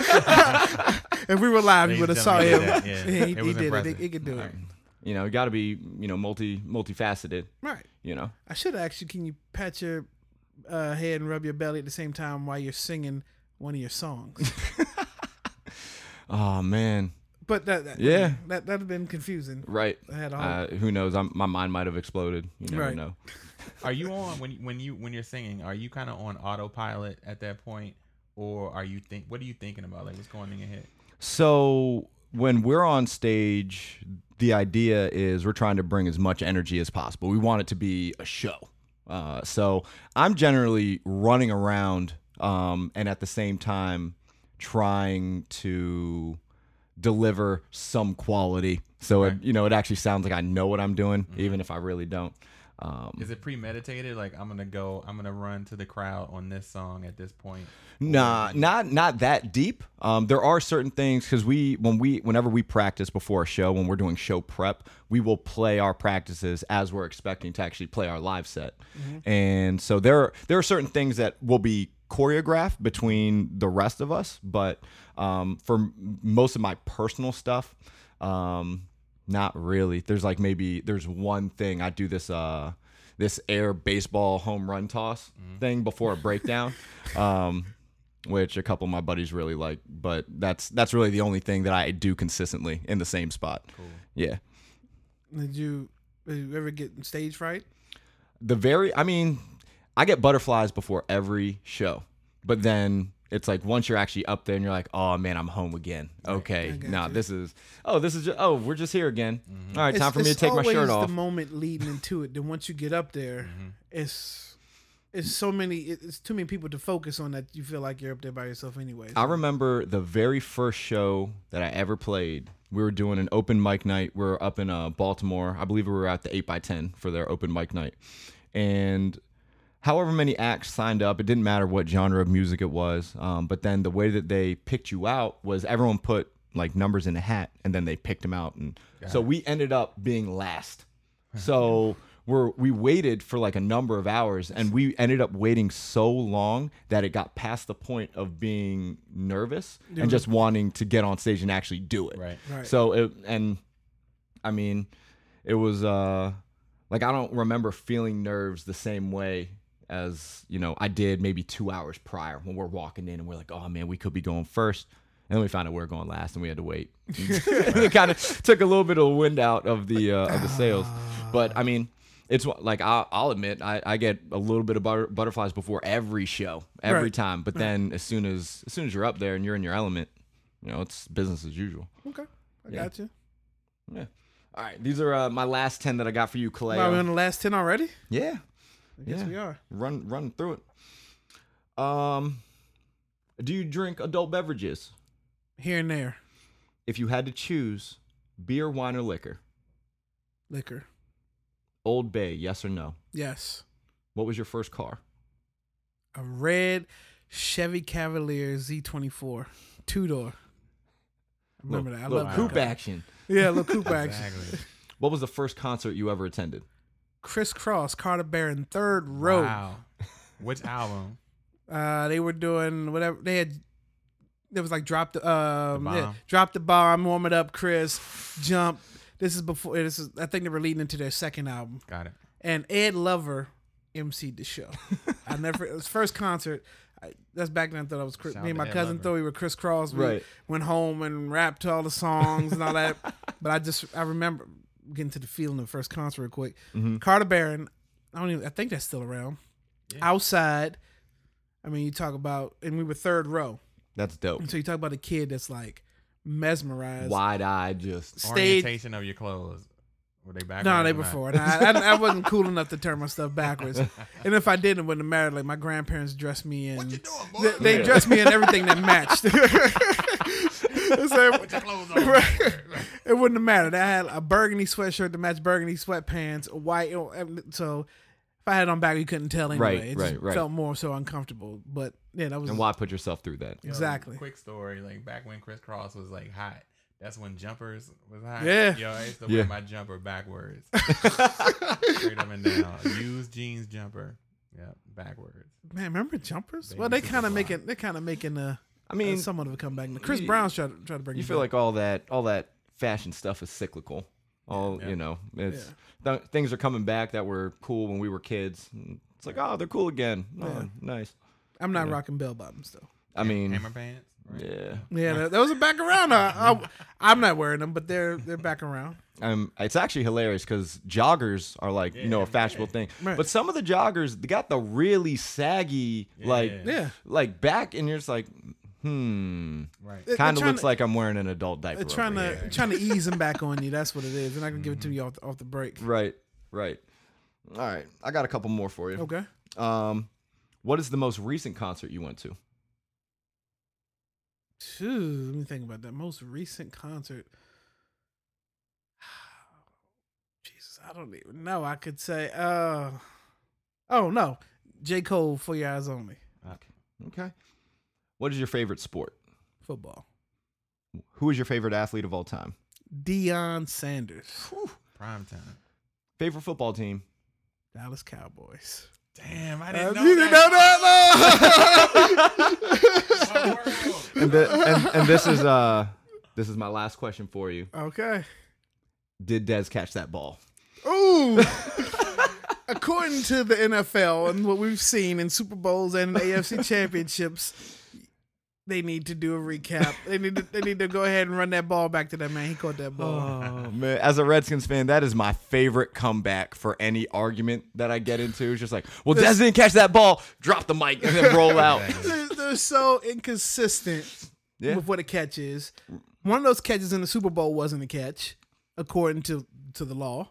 Speaker 1: if we were live, you
Speaker 3: Ladies
Speaker 1: would have
Speaker 3: and
Speaker 1: saw him.
Speaker 3: gentlemen, he did that.
Speaker 1: *laughs*
Speaker 3: Yeah.
Speaker 1: he,
Speaker 3: It
Speaker 1: he
Speaker 3: was
Speaker 1: did it.
Speaker 3: impressive.
Speaker 1: He, he could do it.
Speaker 3: All right.
Speaker 2: You know, you got to be you know multi multifaceted.
Speaker 1: Right.
Speaker 2: You know,
Speaker 1: I should ask you, can you pat your uh, head and rub your belly at the same time while you're singing one of your songs? *laughs*
Speaker 2: oh man,
Speaker 1: But that, that
Speaker 2: Yeah.
Speaker 1: that that'd have been confusing.
Speaker 2: right.
Speaker 1: I had all.
Speaker 2: Uh, who knows? I'm, my mind might have exploded. You never
Speaker 1: Oh. Right.
Speaker 2: know.
Speaker 3: Are you on when when you when you're singing? Are you kind of on autopilot at that point, or are you think? What are you thinking about? Like, what's going in your head?
Speaker 2: So when we're on stage, the idea is we're trying to bring as much energy as possible. We want it to be a show. Uh, so I'm generally running around um, and at the same time trying to deliver some quality. So it, you know, it actually sounds like I know what I'm doing, even if I really don't. Um,
Speaker 3: Is it premeditated? Like, I'm gonna go, I'm gonna run to the crowd on this song at this point.
Speaker 2: Nah, not not that deep. Um, there are certain things because we when we whenever we practice before a show when we're doing show prep, we will play our practices as we're expecting to actually play our live set, and so there are, there are certain things that will be choreographed between the rest of us. But um, for m- most of my personal stuff, um, not really. There's like maybe there's one thing I do this uh this air baseball home run toss thing before a breakdown. um which a couple of my buddies really like, but that's that's really the only thing that I do consistently in the same spot. Yeah.
Speaker 1: Did you, did you ever get stage fright?
Speaker 2: The very I mean, I get butterflies before every show. But then it's like once you're actually up there and you're like, "Oh man, I'm home again." Okay.
Speaker 1: got
Speaker 2: Nah,
Speaker 1: you.
Speaker 2: this is Oh, this is just, Oh, we're just here again. All right, time
Speaker 1: It's-
Speaker 2: for me to
Speaker 1: it's
Speaker 2: take my shirt
Speaker 1: always
Speaker 2: off.
Speaker 1: The
Speaker 2: Mm-hmm.
Speaker 1: moment leading into it, then once you get up there, it's it's so many, it- it's too many people to focus on that you feel like you're up there by yourself anyway.
Speaker 2: I remember the very first show that I ever played. We were doing an open mic night. We were up in uh, Baltimore. I believe we were at the 8x10 for their open mic night. And however many acts signed up, it didn't matter what genre of music it was. Um, but then the way that they picked you out was everyone put like numbers in a hat and then they picked them out. And so we ended up being last. So we're we waited for like a number of hours and we ended up waiting so long that it got past the point of being nervous and just wanting to get on stage and actually do it.
Speaker 3: Right.
Speaker 1: Right.
Speaker 2: So it and I mean it was uh like I don't remember feeling nerves the same way as, you know, I did maybe 2 hours prior when we're walking in and we're like, "Oh man, we could be going first. And then we found out we were going last and we had
Speaker 1: *laughs*
Speaker 2: to wait. *laughs* it kind of took a little bit of wind out of the uh, of the sails. But I mean, it's wha- like I'll, I'll admit I, I get a little bit of butter, butterflies before every show, every
Speaker 1: Right.
Speaker 2: time. But then as soon as as soon as you're up there and you're in your element, you know, it's business as usual.
Speaker 1: okay, I
Speaker 2: Yeah.
Speaker 1: got you.
Speaker 2: Yeah. All right, these are uh, my last ten that I got for you, Clay.
Speaker 1: Wow, we're on the last ten already.
Speaker 2: yeah,
Speaker 1: I guess
Speaker 2: uh, Yeah.
Speaker 1: we are.
Speaker 2: run run through it. Um, do you drink adult beverages?
Speaker 1: Here and there,
Speaker 2: If you had to choose, beer, wine, or liquor,
Speaker 1: liquor.
Speaker 2: Old Bay, yes or no?
Speaker 1: Yes,
Speaker 2: What was your first car?
Speaker 1: a red Chevy Cavalier Z24, two door. Remember that? I
Speaker 2: Little
Speaker 1: love that
Speaker 2: coupe
Speaker 1: car.
Speaker 2: action.
Speaker 1: Yeah, little coupe action.
Speaker 3: *laughs*
Speaker 2: *laughs*
Speaker 3: Exactly.
Speaker 2: What was the first concert you ever attended?
Speaker 1: Crisscross, Carter Baron, Third Row.
Speaker 3: Wow. Which album?
Speaker 1: Uh, they were doing whatever they had. There was like drop the, um,
Speaker 3: The
Speaker 1: yeah,
Speaker 3: bomb.
Speaker 1: drop the bomb, warm it up, Chris, jump. This is before this is. I think they were leading into their second album.
Speaker 3: Got it.
Speaker 1: And Ed Lover emceed the show. I never it was first concert. I, that's back then. I thought I was Chris,
Speaker 3: Shout
Speaker 1: me and
Speaker 3: to
Speaker 1: my
Speaker 3: Ed
Speaker 1: cousin
Speaker 3: Lover.
Speaker 1: thought we were Chris Cross. We
Speaker 2: Right.
Speaker 1: went home and rapped to all the songs and all that. *laughs* but I just I remember getting to the feeling of the first concert real quick.
Speaker 3: Mm-hmm.
Speaker 1: Carter Barron. I don't even. I think that's still around. Outside. I mean, you talk about, and we were third row.
Speaker 2: That's dope.
Speaker 1: So you talk about a kid that's like mesmerized.
Speaker 2: Wide eyed, just
Speaker 1: Stayed
Speaker 3: Orientation of your clothes. Were they back?
Speaker 1: No, they were foreign. I, I, I wasn't cool enough to turn my stuff backwards, and if I did, it wouldn't matter. Like my grandparents dressed me in.
Speaker 3: What you doing, "Oh,
Speaker 1: *laughs*
Speaker 3: boy?
Speaker 1: They, they dressed me in everything that matched. *laughs* So, *laughs*
Speaker 3: Put your clothes on. back there.
Speaker 1: it wouldn't have mattered. I had a burgundy sweatshirt to match burgundy sweatpants, a white. So if I had it on back, you couldn't tell anyway.
Speaker 2: Right,
Speaker 1: it
Speaker 2: right,
Speaker 1: just
Speaker 2: right.
Speaker 1: felt more so uncomfortable. But yeah, that was
Speaker 2: and why put yourself through that?
Speaker 3: Yo,
Speaker 1: exactly.
Speaker 3: Quick story, like back when crisscross was like hot. That's when jumpers was hot.
Speaker 1: Yeah.
Speaker 3: Yo, I used to
Speaker 2: Yeah.
Speaker 3: wear my
Speaker 1: *laughs*
Speaker 3: jumper backwards. Straight up and down. Used jeans jumper. Yep, backwards.
Speaker 1: Man, remember jumpers?
Speaker 3: They
Speaker 1: well, they
Speaker 3: used to
Speaker 1: kind of
Speaker 3: fly.
Speaker 1: making they kind of making a.
Speaker 2: I
Speaker 1: I mean,
Speaker 2: mean,
Speaker 1: uh, somewhat of a comeback. Chris
Speaker 2: you-
Speaker 1: Brown's trying to try to bring.
Speaker 2: you
Speaker 1: it
Speaker 2: feel
Speaker 1: back.
Speaker 2: like all that all that fashion stuff is cyclical. All
Speaker 3: Yeah.
Speaker 2: you know, it's th- things are coming back that were cool when we were kids. And It's like, oh, they're cool again. Oh,
Speaker 1: Yeah.
Speaker 2: nice.
Speaker 1: I'm not rocking bell bottoms though.
Speaker 2: I mean,
Speaker 3: Hammer pants. right?
Speaker 2: Yeah.
Speaker 1: Yeah, th- those are back around. I, I, am not wearing them, but they're they're back around.
Speaker 2: Um, it's actually hilarious because joggers are like you know a
Speaker 3: Yeah,
Speaker 2: fashionable thing,
Speaker 1: Right.
Speaker 2: but some of the joggers they got the really saggy like
Speaker 3: Yeah.
Speaker 1: Yeah,
Speaker 2: like back, and you're just like, hmm,
Speaker 3: Right.
Speaker 1: They're
Speaker 2: kind of
Speaker 1: trying
Speaker 2: looks
Speaker 1: to-
Speaker 2: like I'm wearing an adult diaper.
Speaker 1: They're trying
Speaker 2: over
Speaker 1: to
Speaker 2: here.
Speaker 1: trying to ease them back on you. That's what it is. They're not gonna give it to you off the, off the break.
Speaker 2: Right, right. All right, I got a couple more for you.
Speaker 1: Okay.
Speaker 2: Um, what is the most recent concert you went to?
Speaker 1: Phew, let me think about that. Most recent concert. *sighs* Jesus, I don't even know. I could say, uh, oh no, J Cole for your eyes only
Speaker 2: Okay. What is your favorite sport?
Speaker 1: football.
Speaker 2: Who is your favorite athlete of all time?
Speaker 1: Deion Sanders,
Speaker 3: Prime time.
Speaker 2: Favorite football team?
Speaker 1: Dallas Cowboys.
Speaker 3: Damn, I
Speaker 1: Uh,
Speaker 3: didn't know
Speaker 1: you didn't know
Speaker 3: that.
Speaker 2: *laughs* And, the, and, and this is uh this is my last question for you.
Speaker 1: Okay.
Speaker 2: Did Dez catch that ball?
Speaker 1: Ooh. According to the NFL and what we've seen in Super Bowls and AFC championships, they need to do a recap. They need to, they need to go ahead and run that ball back to that man. He caught that ball.
Speaker 2: Oh man, as a Redskins fan, that is my favorite comeback for any argument that I get into. It's just like, well, Dez didn't catch that ball. Drop the mic and then roll *laughs* out.
Speaker 1: They're, they're so inconsistent
Speaker 2: Oh. Yeah.
Speaker 1: with what a catch is. One of those catches in the Super Bowl wasn't a catch, according to to the law.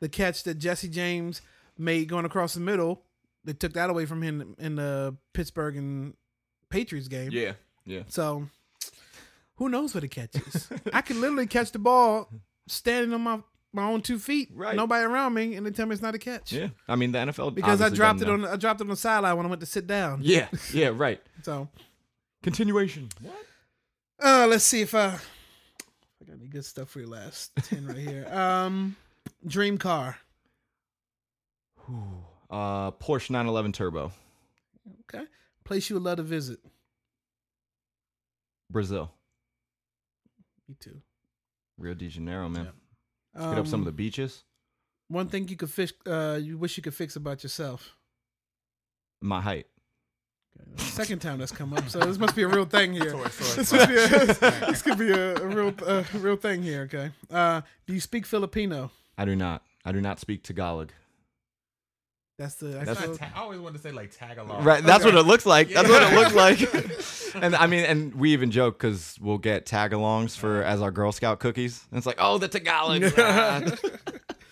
Speaker 1: The catch that Jesse James made going across the middle, they took that away from him in the Pittsburgh and Patriots game.
Speaker 2: Yeah, yeah.
Speaker 1: So who knows what a catch is? I could literally catch the ball standing on my, my own two feet,
Speaker 2: Right.
Speaker 1: nobody around me, and they tell me it's not a catch.
Speaker 2: Yeah. I mean, the NFL
Speaker 1: Because I
Speaker 2: obviously
Speaker 1: dropped it
Speaker 2: doesn't
Speaker 1: on
Speaker 2: know.
Speaker 1: I dropped it on the sideline when I went to sit down.
Speaker 2: Yeah, yeah, right.
Speaker 1: So
Speaker 2: Continuation. What?
Speaker 1: uh let's see if I I got any good stuff for your last
Speaker 2: *laughs*
Speaker 1: ten right here. Um Dream Car.
Speaker 2: Uh, Porsche 911 Turbo,
Speaker 1: Okay. Place you would love to visit.
Speaker 2: Brazil,
Speaker 1: Me too. Um,
Speaker 2: Rio de Janeiro, man.
Speaker 3: Yep.
Speaker 2: Let's get up some of the beaches.
Speaker 1: one thing you could fix uh you wish you could fix about yourself.
Speaker 2: My height.
Speaker 1: Second time that's come up, so this must be a real thing here.
Speaker 3: Sorry, sorry,
Speaker 1: this,
Speaker 3: sorry.
Speaker 1: must be a, *laughs* this could be a, a real a real thing here. Okay. Uh, do you speak Filipino?
Speaker 2: I do not. I do not speak Tagalog.
Speaker 1: That's the
Speaker 2: That's
Speaker 1: actual-
Speaker 3: Not ta- I always wanted to say like
Speaker 1: *laughs*
Speaker 3: Tagalog.
Speaker 2: Right. That's
Speaker 1: Okay.
Speaker 2: what it looks like. That's
Speaker 3: Yeah.
Speaker 2: what it looks
Speaker 1: *laughs*
Speaker 2: like. and I mean, and we even joke because we'll get tagalongs for as our Girl Scout cookies. And it's like, oh, the Tagalog.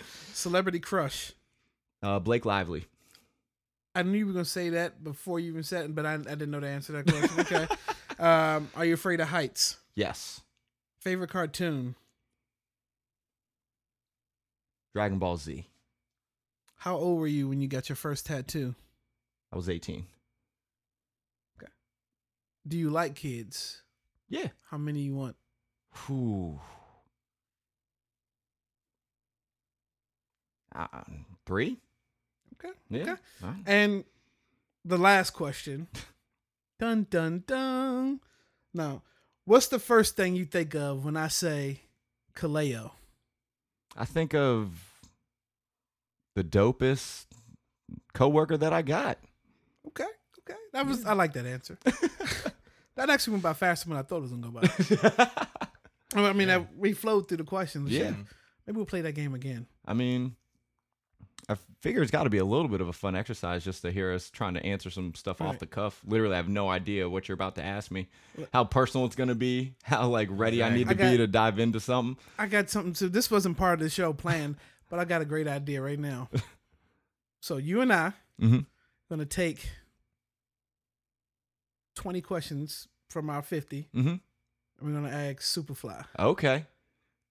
Speaker 1: *laughs* celebrity crush.
Speaker 2: uh, Blake Lively.
Speaker 1: I knew you were gonna say that before you even said it, but I, I didn't know the answer to that question. Okay. um, are you afraid of heights?
Speaker 2: Yes.
Speaker 1: Favorite cartoon?
Speaker 2: Dragon Ball Z.
Speaker 1: How old were you when you got your first tattoo?
Speaker 2: I was 18.
Speaker 1: Do you like kids?
Speaker 2: Yeah.
Speaker 1: How many you want?
Speaker 2: Whew. Uh, three?
Speaker 1: Okay,
Speaker 2: Yeah.
Speaker 1: okay.
Speaker 2: all right.
Speaker 1: And the last question. *laughs* Dun dun dun. Now, what's the first thing you think of when I say Kaleo?
Speaker 2: I think of the dopest coworker that I got.
Speaker 1: Okay, okay. That was I like that answer. that actually went by faster than I thought it was gonna go by. I mean, I mean, I, we flowed through the questions. and
Speaker 2: Yeah.
Speaker 1: shit. Maybe we'll play that game again.
Speaker 2: I mean, I figure it's got to be a little bit of a fun exercise just to hear us trying to answer some stuff off
Speaker 1: Right.
Speaker 2: the cuff. Literally, I have no idea what you're about to ask me, how personal it's going to be, how like ready I need to
Speaker 1: Exactly. I
Speaker 2: be
Speaker 1: got-
Speaker 2: to dive into something.
Speaker 1: I got something to. This wasn't part of the show plan, but I got a great idea right now. so you and I
Speaker 2: Mhm.
Speaker 1: gonna take twenty questions from our fifty.
Speaker 2: Mm-hmm.
Speaker 1: and we're gonna ask Superfly
Speaker 2: Okay.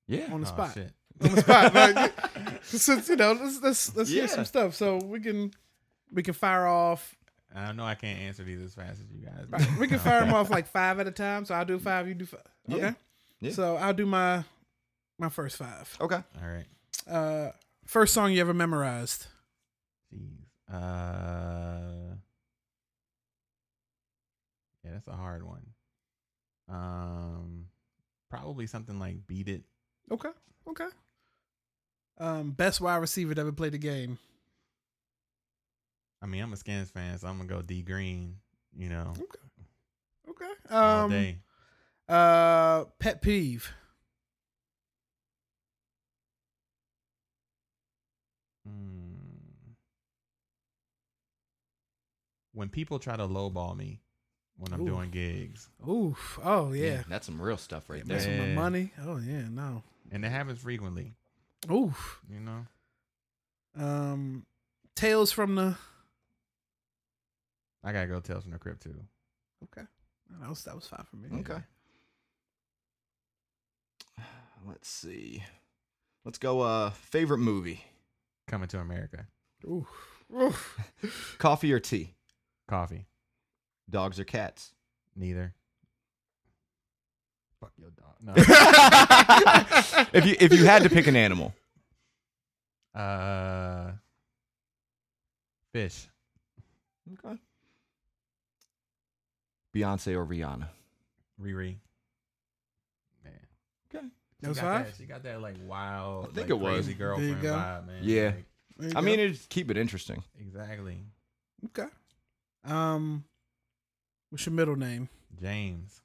Speaker 2: Yeah.
Speaker 1: on the
Speaker 3: Oh,
Speaker 1: spot.
Speaker 3: shit.
Speaker 1: On the spot.
Speaker 3: *laughs*
Speaker 1: Like, since you know, let's let's, let's hear
Speaker 2: Yeah.
Speaker 1: some stuff so we can we can fire off.
Speaker 3: I know I can't answer these as fast as you guys.
Speaker 1: We can fire them off like five at a time. So I'll do five. You do five.
Speaker 2: Yeah.
Speaker 1: Okay.
Speaker 2: Yeah.
Speaker 1: So I'll do my my first five.
Speaker 2: Okay.
Speaker 3: *laughs* All right.
Speaker 1: Uh, first song you ever memorized?
Speaker 3: Jeez. Uh, yeah, that's a hard one. Um, probably something like "Beat It."
Speaker 1: Okay. Okay. Um, best wide receiver to ever play the game.
Speaker 3: I mean, I'm a Skins fan, so I'm gonna go D Green. You know,
Speaker 1: Okay. Okay.
Speaker 3: all
Speaker 1: Um,
Speaker 3: day.
Speaker 1: Uh, pet peeve.
Speaker 3: Mm. When people try to lowball me when I'm
Speaker 1: Ooh.
Speaker 3: doing gigs,
Speaker 1: Oof. Oh yeah.
Speaker 2: that's some real stuff right
Speaker 1: Messing
Speaker 2: there.
Speaker 1: with
Speaker 3: Yeah.
Speaker 1: money. Oh yeah. No.
Speaker 3: and it happens frequently,
Speaker 1: Oof.
Speaker 3: you know.
Speaker 1: Um, tales from the.
Speaker 3: I gotta go tales from the crypt too.
Speaker 1: Okay. That was that was fine for me.
Speaker 2: Okay. Let's see. Let's go. Uh, favorite movie:
Speaker 3: Coming to America,
Speaker 1: Oof. Oof.
Speaker 2: coffee or tea?
Speaker 3: coffee,
Speaker 2: Dogs or
Speaker 1: *laughs*
Speaker 2: cats?
Speaker 3: neither. Fuck your dog. No.
Speaker 2: if you if you had to pick an animal,
Speaker 3: *laughs* Uh, fish.
Speaker 2: okay. Beyonce or Rihanna?
Speaker 3: Riri. Man.
Speaker 2: Okay.
Speaker 3: She
Speaker 1: That was
Speaker 3: got
Speaker 1: five?
Speaker 3: That, she got that like wild,
Speaker 2: I think
Speaker 3: like,
Speaker 2: it was.
Speaker 3: crazy
Speaker 1: There you
Speaker 3: girlfriend
Speaker 1: go.
Speaker 3: vibe, man.
Speaker 2: Yeah.
Speaker 3: Like,
Speaker 1: There you
Speaker 2: I
Speaker 1: go.
Speaker 2: mean, it keep
Speaker 1: *laughs*
Speaker 2: it interesting.
Speaker 3: exactly.
Speaker 1: Okay. Um, what's your middle name?
Speaker 3: James.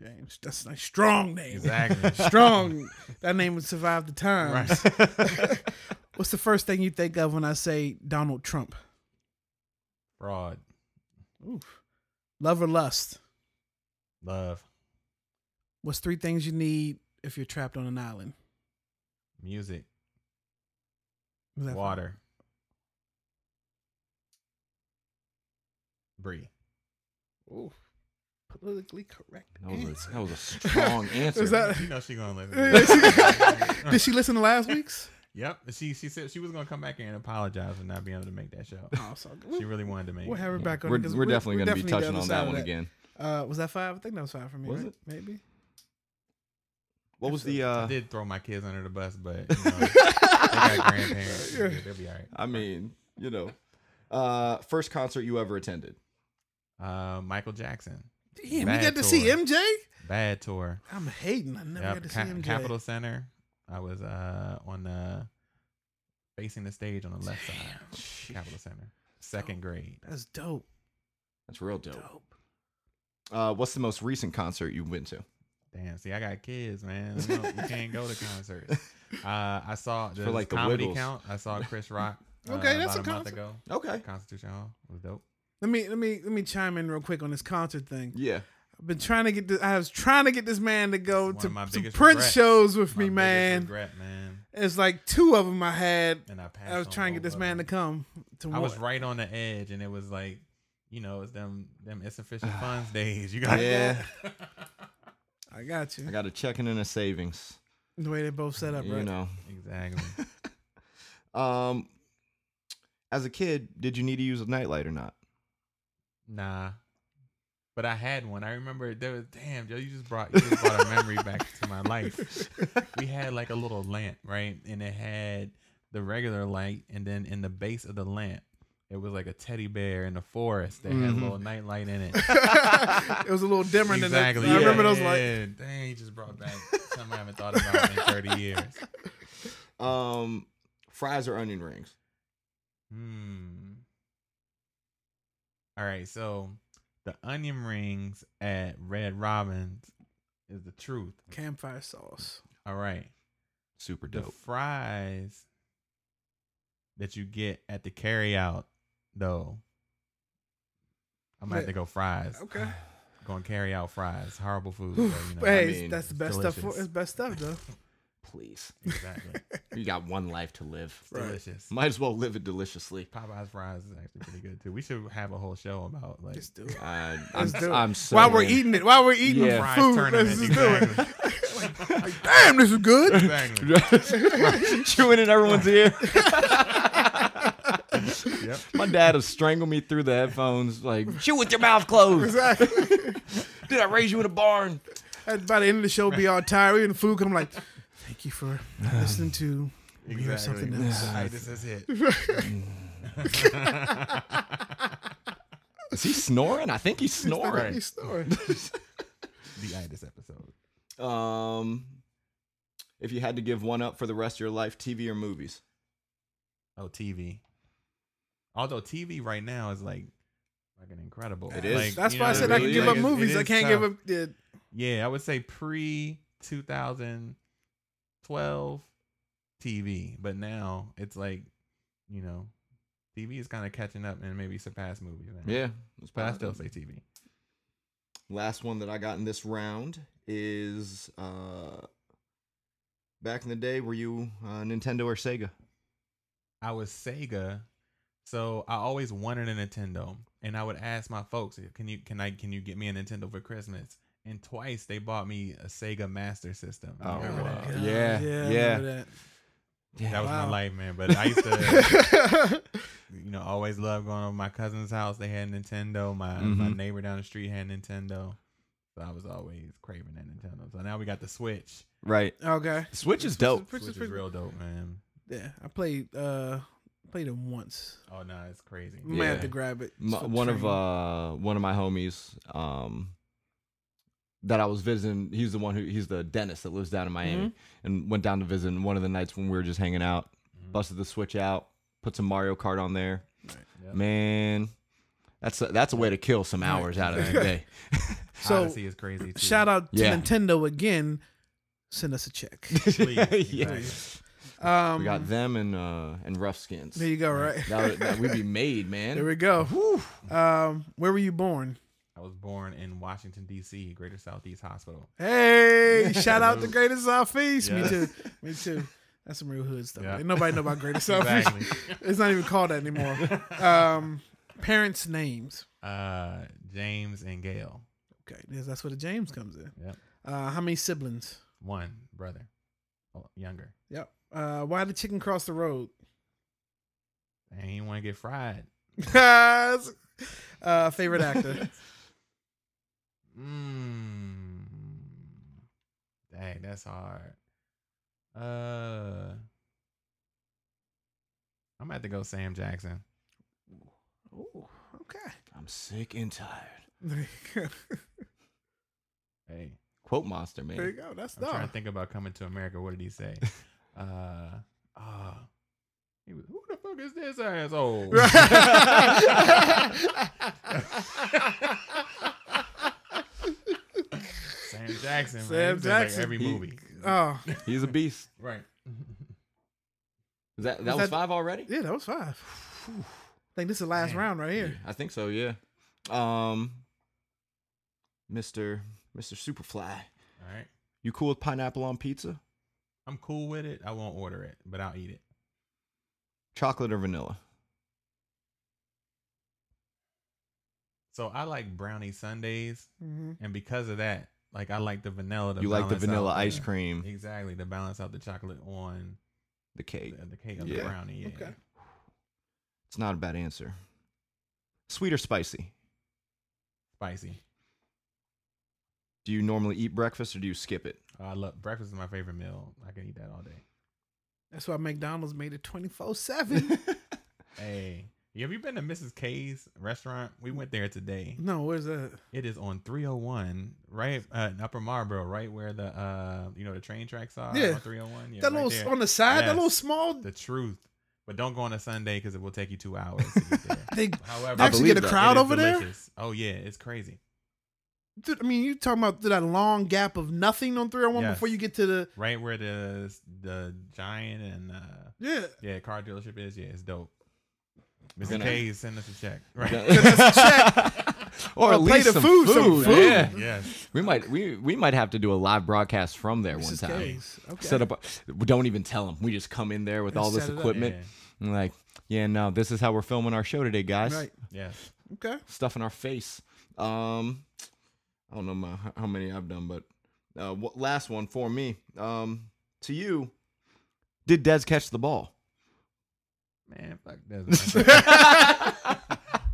Speaker 1: James. That's a nice, strong name.
Speaker 3: Exactly.
Speaker 1: *laughs* strong. That name would survive the times.
Speaker 2: *laughs*
Speaker 3: Right.
Speaker 1: What's the first thing you think of when I say Donald Trump?
Speaker 3: Fraud.
Speaker 1: Oof. Love or lust?
Speaker 3: Love.
Speaker 1: What's three things you need if you're trapped on an island?
Speaker 3: Music.
Speaker 1: Is that-
Speaker 3: Water.
Speaker 1: *laughs*
Speaker 3: Bree.
Speaker 1: Oof. Politically correct.
Speaker 2: That was a, that was a strong answer.
Speaker 1: *laughs* Is that-
Speaker 3: You know she gonna
Speaker 1: *laughs*
Speaker 3: listen.
Speaker 1: Did she listen to last
Speaker 2: *laughs*
Speaker 1: week's?
Speaker 3: yep. She she said she was gonna come back here and apologize for not being able to make that show.
Speaker 1: Oh, so
Speaker 3: She really wanted to make.
Speaker 1: We'll
Speaker 3: it.
Speaker 1: have her back on.
Speaker 2: we're,
Speaker 1: 'cause
Speaker 2: we're definitely going to be
Speaker 1: definitely the
Speaker 2: touching
Speaker 1: other
Speaker 2: on
Speaker 1: side of
Speaker 2: that one again.
Speaker 1: Uh, was that five? I think that was five for me.
Speaker 2: Was
Speaker 1: right?
Speaker 2: it?
Speaker 1: Maybe.
Speaker 2: What was the?
Speaker 3: I
Speaker 2: Uh,
Speaker 3: did throw my kids under the bus,
Speaker 1: *laughs*
Speaker 3: but you know, they got grandparents.
Speaker 2: Yeah.
Speaker 3: They'll be all right.
Speaker 2: *laughs* I mean, you know, uh, first concert you ever attended?
Speaker 3: Uh, Michael Jackson,
Speaker 1: Damn, we
Speaker 3: Bad
Speaker 1: got to see
Speaker 3: tour.
Speaker 1: MJ.
Speaker 3: Bad Tour,
Speaker 1: I'm hating. I never
Speaker 3: Yep,
Speaker 1: got to see
Speaker 3: Ca-
Speaker 1: MJ.
Speaker 3: Capitol Center. I was uh on the facing the stage on the left side, Capitol Center, second grade.
Speaker 1: That's dope.
Speaker 2: That's real dope.
Speaker 1: Dope.
Speaker 2: Uh, what's the most recent concert you've been to?
Speaker 3: Damn, see, I got kids, man. We, don't- we can't go to
Speaker 1: *laughs*
Speaker 3: concerts. Uh, I saw the
Speaker 2: like, the
Speaker 3: comedy
Speaker 2: Wiggles.
Speaker 3: count. I saw Chris Rock. uh,
Speaker 1: *laughs* Okay, that's a
Speaker 3: about a, month
Speaker 1: concert.
Speaker 3: ago.
Speaker 2: Okay.
Speaker 3: Constitution Hall It was dope.
Speaker 1: Let me let me let me chime in real quick on this concert thing.
Speaker 2: Yeah.
Speaker 1: I've been trying to get this. I was trying to get this man to go
Speaker 3: One
Speaker 1: to
Speaker 3: of my
Speaker 1: some
Speaker 3: biggest
Speaker 1: Prince
Speaker 3: regrets.
Speaker 1: shows with
Speaker 3: My
Speaker 1: me,
Speaker 3: biggest
Speaker 1: man.
Speaker 3: Regret, man.
Speaker 1: It's like two of them I had.
Speaker 3: And I passed.
Speaker 1: I was
Speaker 3: on
Speaker 1: trying to get
Speaker 3: both
Speaker 1: this
Speaker 3: of
Speaker 1: man
Speaker 3: them.
Speaker 1: to come to
Speaker 3: I
Speaker 1: one.
Speaker 3: was right on the edge, and it was like, you know, it's them them
Speaker 1: *sighs*
Speaker 3: insufficient funds days. You got
Speaker 1: *laughs*
Speaker 2: Yeah.
Speaker 1: I got you.
Speaker 2: I got a checking and a savings.
Speaker 1: The way they both set up,
Speaker 2: you
Speaker 1: right?
Speaker 2: know.
Speaker 3: exactly.
Speaker 2: Um, as a kid, did you need to use a nightlight or not?
Speaker 3: Nah, but I had one. I remember there was damn Joe. You just brought you just brought a memory back to my life. We had like a little lamp, right, and it had the regular light, and then in the base of the lamp. It was like a teddy bear in the forest that had a
Speaker 1: Mm-hmm.
Speaker 2: Mhm.
Speaker 3: little nightlight in it.
Speaker 1: *laughs* it was a little dimmer than that.
Speaker 3: exactly.
Speaker 1: I remember those
Speaker 3: Yeah.
Speaker 1: like
Speaker 3: dang, you just brought back something I haven't thought about in 30 years.
Speaker 2: Um, fries or onion rings?
Speaker 3: Hmm. All right, so the onion rings at Red Robin's is the truth.
Speaker 1: campfire sauce.
Speaker 3: All right.
Speaker 2: Super
Speaker 3: The
Speaker 2: dope.
Speaker 3: fries that you get at the carryout, though. I'm gonna have to go fries.
Speaker 1: Okay.
Speaker 3: Going carry out fries. Horrible food.
Speaker 1: Oof,
Speaker 3: but, you
Speaker 1: *sighs*
Speaker 3: know,
Speaker 1: hey,
Speaker 2: I mean,
Speaker 1: that's the
Speaker 3: it's
Speaker 1: best stuff.
Speaker 3: delicious.
Speaker 1: For, it's best stuff though.
Speaker 2: Please.
Speaker 3: Exactly.
Speaker 2: You got one life to live.
Speaker 1: *laughs* Right.
Speaker 3: Delicious.
Speaker 2: Might as well live it deliciously.
Speaker 3: Popeye's fries is actually pretty good too. We should have a whole show about like
Speaker 1: Just do it.
Speaker 2: I, I'm,
Speaker 1: Let's do it.
Speaker 2: I'm so
Speaker 1: While we're
Speaker 2: in.
Speaker 1: eating it, while we're eating
Speaker 2: Yeah.
Speaker 3: fries
Speaker 1: food,
Speaker 3: tournament.
Speaker 1: let's just do it. *laughs*
Speaker 3: exactly.
Speaker 1: Like, damn, this is good.
Speaker 3: *laughs*
Speaker 2: *laughs*
Speaker 3: exactly.
Speaker 2: chewing in
Speaker 1: *laughs*
Speaker 2: everyone's ear.
Speaker 3: Yep.
Speaker 2: My dad will strangle me through the
Speaker 1: *laughs*
Speaker 2: headphones, like chew with your mouth closed. *laughs* Did I raise you in a barn?
Speaker 1: And by the end of the show, be all tired and the food come like, thank you
Speaker 2: *sighs*
Speaker 1: for listening to. We hear something else.
Speaker 3: Tonight, this
Speaker 2: *laughs*
Speaker 3: is it.
Speaker 2: Is he snoring? I think he's snoring.
Speaker 1: He's
Speaker 2: *laughs*
Speaker 1: snoring.
Speaker 3: The itis episode.
Speaker 2: Um, if you had to give one up for the rest of your life, TV or movies?
Speaker 3: Oh, TV. Although TV right now is like fucking incredible.
Speaker 2: It is.
Speaker 1: That's
Speaker 3: you
Speaker 1: why I
Speaker 3: know,
Speaker 1: said I
Speaker 3: really,
Speaker 1: can give up
Speaker 3: like, it- it
Speaker 1: movies. I
Speaker 3: is
Speaker 1: can't
Speaker 3: tough.
Speaker 1: give up. Yeah,
Speaker 3: Yeah, I would say pre 2012 TV, but now it's like, you know, TV is kind of catching up and maybe surpass movies now.
Speaker 2: Yeah, it's
Speaker 3: but I still say TV.
Speaker 2: Uh, Last one that I got in this round is uh, back in the day. Were you uh, Nintendo or Sega?
Speaker 3: I was Sega, so I always wanted a Nintendo, and I would ask my folks, "Can you can I can you get me a Nintendo for Christmas?" And twice they bought me a Sega Master System. You
Speaker 2: Oh,
Speaker 3: remember
Speaker 2: wow.
Speaker 3: that?
Speaker 1: God.
Speaker 2: Yeah,
Speaker 1: I
Speaker 2: yeah.
Speaker 1: remember
Speaker 3: That was
Speaker 1: Wow.
Speaker 3: my life, man. *laughs* But I used to.
Speaker 1: *laughs*
Speaker 2: uh,
Speaker 1: that.
Speaker 3: you know, always loved going over my cousin's house. They had Nintendo. My my
Speaker 1: Mm-hmm.
Speaker 2: Mhm.
Speaker 3: neighbor down the street had Nintendo. So I was always craving that Nintendo. So now we got the Switch.
Speaker 2: Right.
Speaker 1: Oh, okay.
Speaker 2: Switch is
Speaker 1: Switch is
Speaker 2: dope.
Speaker 1: pretty-
Speaker 3: Switch is real dope, man.
Speaker 1: Yeah, I played uh played them once.
Speaker 3: Oh no, it's crazy.
Speaker 1: Might have
Speaker 2: Yeah.
Speaker 1: to grab it.
Speaker 2: M-
Speaker 1: It's for
Speaker 2: one of
Speaker 1: training.
Speaker 2: uh one of my homies um that I was visiting. He's the one who he's the dentist that lives down in Miami
Speaker 1: Mm-hmm.
Speaker 2: and went down to visit. And one of the nights when we were just hanging out,
Speaker 3: Mhm.
Speaker 2: busted the Switch out, put some Mario Kart on there.
Speaker 3: Yep.
Speaker 2: Man, that's a, that's a way to kill some
Speaker 1: *laughs*
Speaker 2: hours out of the day.
Speaker 1: so
Speaker 3: Odyssey is crazy too.
Speaker 1: shout out to
Speaker 2: Yeah.
Speaker 1: Nintendo again. Send us a
Speaker 2: *laughs*
Speaker 1: check. *laughs*
Speaker 3: Please,
Speaker 2: Yeah.
Speaker 3: exactly.
Speaker 1: Um,
Speaker 2: We got them and uh and rough skins. *laughs*
Speaker 1: there you go. Right
Speaker 2: That, would- that we'd be made, man.
Speaker 1: there we go. Um, where were you born?
Speaker 3: I was born in Washington D.C., Greater Southeast Hospital. *laughs*
Speaker 1: Hey, shout out to
Speaker 3: Salute.
Speaker 1: Greater Southeast. Me
Speaker 3: Yeah.
Speaker 1: too. Me too. That's some real hood stuff.
Speaker 3: Yeah.
Speaker 1: Ain't nobody know about Greater Southeast.
Speaker 3: Exactly.
Speaker 1: It's not even called that anymore.
Speaker 3: *laughs*
Speaker 1: Um, parents' names.
Speaker 3: uh, James and Gail,
Speaker 1: Okay, yes, that's where the James comes in.
Speaker 3: Yep.
Speaker 1: Uh, how many siblings?
Speaker 3: one brother, oh, younger.
Speaker 1: Yep. Uh, why did chicken cross the road? *laughs*
Speaker 3: I didn't want to get fried.
Speaker 1: uh, favorite
Speaker 3: *laughs*
Speaker 1: actor.
Speaker 3: Mm. Dang, that's hard. Uh, I'm about to go Sam Jackson.
Speaker 1: Ooh, *laughs*
Speaker 2: I'm sick and tired.
Speaker 1: okay.
Speaker 3: Hey,
Speaker 2: Quote monster,
Speaker 1: there you
Speaker 2: man.
Speaker 1: go. That's
Speaker 3: I'm trying
Speaker 1: done.
Speaker 3: to think about coming to America. What did he say? uh, uh he was, who the fuck is this asshole? Sam Jackson.
Speaker 1: Sam
Speaker 3: man. He's in, like,
Speaker 1: Jackson.
Speaker 3: every
Speaker 2: He-
Speaker 3: movie.
Speaker 1: *laughs* Oh,
Speaker 2: He's a beast.
Speaker 3: *laughs*
Speaker 1: *laughs*
Speaker 3: Right.
Speaker 2: Is that that
Speaker 1: Is that-
Speaker 2: was five already?
Speaker 1: yeah, that was five. I think this is the last
Speaker 3: Man.
Speaker 1: round right here.
Speaker 2: I think so. Yeah. Um, Mister Mister Superfly,
Speaker 3: All right.
Speaker 2: you cool with pineapple on pizza?
Speaker 3: I'm cool with it. I won't order it, but I'll eat it.
Speaker 2: Chocolate or vanilla?
Speaker 3: So I like brownie sundays,
Speaker 1: hmm
Speaker 3: and because of that, like I like the vanilla. To
Speaker 2: you like the
Speaker 3: balance out
Speaker 2: vanilla ice cream,
Speaker 3: Exactly to balance out the chocolate on
Speaker 2: the cake.
Speaker 3: the, the cake on
Speaker 2: Yeah.
Speaker 3: the brownie. Yeah.
Speaker 1: Okay.
Speaker 2: It's not a bad answer. Sweet or spicy?
Speaker 3: Spicy.
Speaker 2: Do you normally eat breakfast or do you
Speaker 1: *laughs*
Speaker 2: skip it?
Speaker 3: I love breakfast is my favorite meal. I can eat that all day.
Speaker 1: That's why McDonald's made it twenty four
Speaker 2: *laughs*
Speaker 1: seven.
Speaker 3: Hey, have you been to Mrs. K's restaurant? We went there today.
Speaker 1: No, where's that?
Speaker 3: It is on 301, right uh, in Upper Marlboro, right where the uh you know the train tracks are.
Speaker 1: Yeah.
Speaker 3: on 301. Yeah,
Speaker 1: that
Speaker 3: right
Speaker 1: little
Speaker 3: there.
Speaker 1: on the side, that
Speaker 3: Yes.
Speaker 1: little small.
Speaker 3: the truth. But don't go on a Sunday because it will take you two hours. To get
Speaker 1: *laughs*
Speaker 3: there. *laughs*
Speaker 1: They,
Speaker 3: However,
Speaker 1: they actually
Speaker 2: believe
Speaker 1: get a
Speaker 2: that.
Speaker 1: crowd
Speaker 3: It is
Speaker 1: over there.
Speaker 3: delicious. Oh yeah, it's crazy.
Speaker 1: Dude, I mean, you talking about that long gap of nothing on three hundred one
Speaker 3: Yes.
Speaker 1: before you get to the
Speaker 3: Right where the the giant and uh
Speaker 1: yeah.
Speaker 3: yeah car dealership is. Yeah, it's dope. Mr.
Speaker 2: Gonna-
Speaker 3: K, send us a check. Right.
Speaker 2: *laughs* or
Speaker 1: Or
Speaker 2: at
Speaker 1: play
Speaker 2: least
Speaker 1: the
Speaker 2: some
Speaker 1: food,
Speaker 2: food.
Speaker 1: some food.
Speaker 2: Yeah.
Speaker 3: *laughs* yes.
Speaker 2: We might we, we might have to do a live broadcast from there one
Speaker 1: Mrs.
Speaker 2: time.
Speaker 1: K's. Okay.
Speaker 2: Set up. A, we don't even tell them. We just come in there with
Speaker 1: And
Speaker 2: all this
Speaker 1: set it up.
Speaker 2: equipment.
Speaker 3: Yeah.
Speaker 2: And like, yeah, no, this is how we're filming our show today, guys.
Speaker 1: Right.
Speaker 3: Yes.
Speaker 1: Okay.
Speaker 2: Stuff in our face. Um, I don't know my, how many I've done, but uh, what, last one for me. Um, to you, did Dez catch the ball? *laughs*
Speaker 3: Man, fuck this.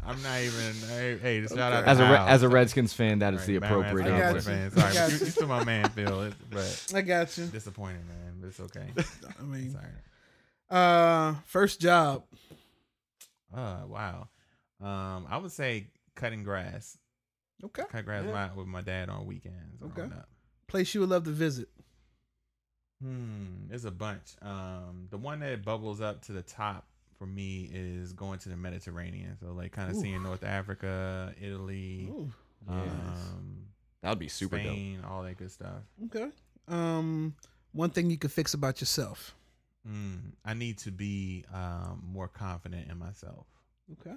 Speaker 3: I'm not even. Hey, hey just shout out
Speaker 2: As
Speaker 3: to
Speaker 2: a Re-
Speaker 3: Miles.
Speaker 2: as a Redskins fan, that is
Speaker 3: Right,
Speaker 2: the
Speaker 3: Batman,
Speaker 2: appropriate
Speaker 3: Batman,
Speaker 1: I got
Speaker 2: answer.
Speaker 1: you.
Speaker 3: Batman.
Speaker 1: I
Speaker 3: Sorry,
Speaker 1: got
Speaker 3: you,
Speaker 1: you.
Speaker 3: you still my man,
Speaker 1: *laughs*
Speaker 3: Phil. It- But
Speaker 1: I got you.
Speaker 3: disappointed, man. But
Speaker 1: *laughs*
Speaker 3: it's okay.
Speaker 1: I mean,
Speaker 3: Sorry.
Speaker 1: uh, first job.
Speaker 3: Uh, wow. Um, I would say cutting grass.
Speaker 1: Okay.
Speaker 3: Cut grass
Speaker 1: Yeah.
Speaker 3: a lot with my dad on weekends. growing
Speaker 1: Okay.
Speaker 3: up.
Speaker 1: Place you would love to visit.
Speaker 3: Hmm. There's a bunch. Um, the one that bubbles up to the top for me is going to the Mediterranean. So like kind of
Speaker 1: Ooh.
Speaker 3: seeing North Africa, Italy,
Speaker 1: Ooh,
Speaker 3: um,
Speaker 2: That would be super dope.
Speaker 3: Spain, all that good stuff.
Speaker 1: okay. Um, one thing you could fix about yourself.
Speaker 3: Mm, I need to be um, more confident in myself.
Speaker 1: Okay.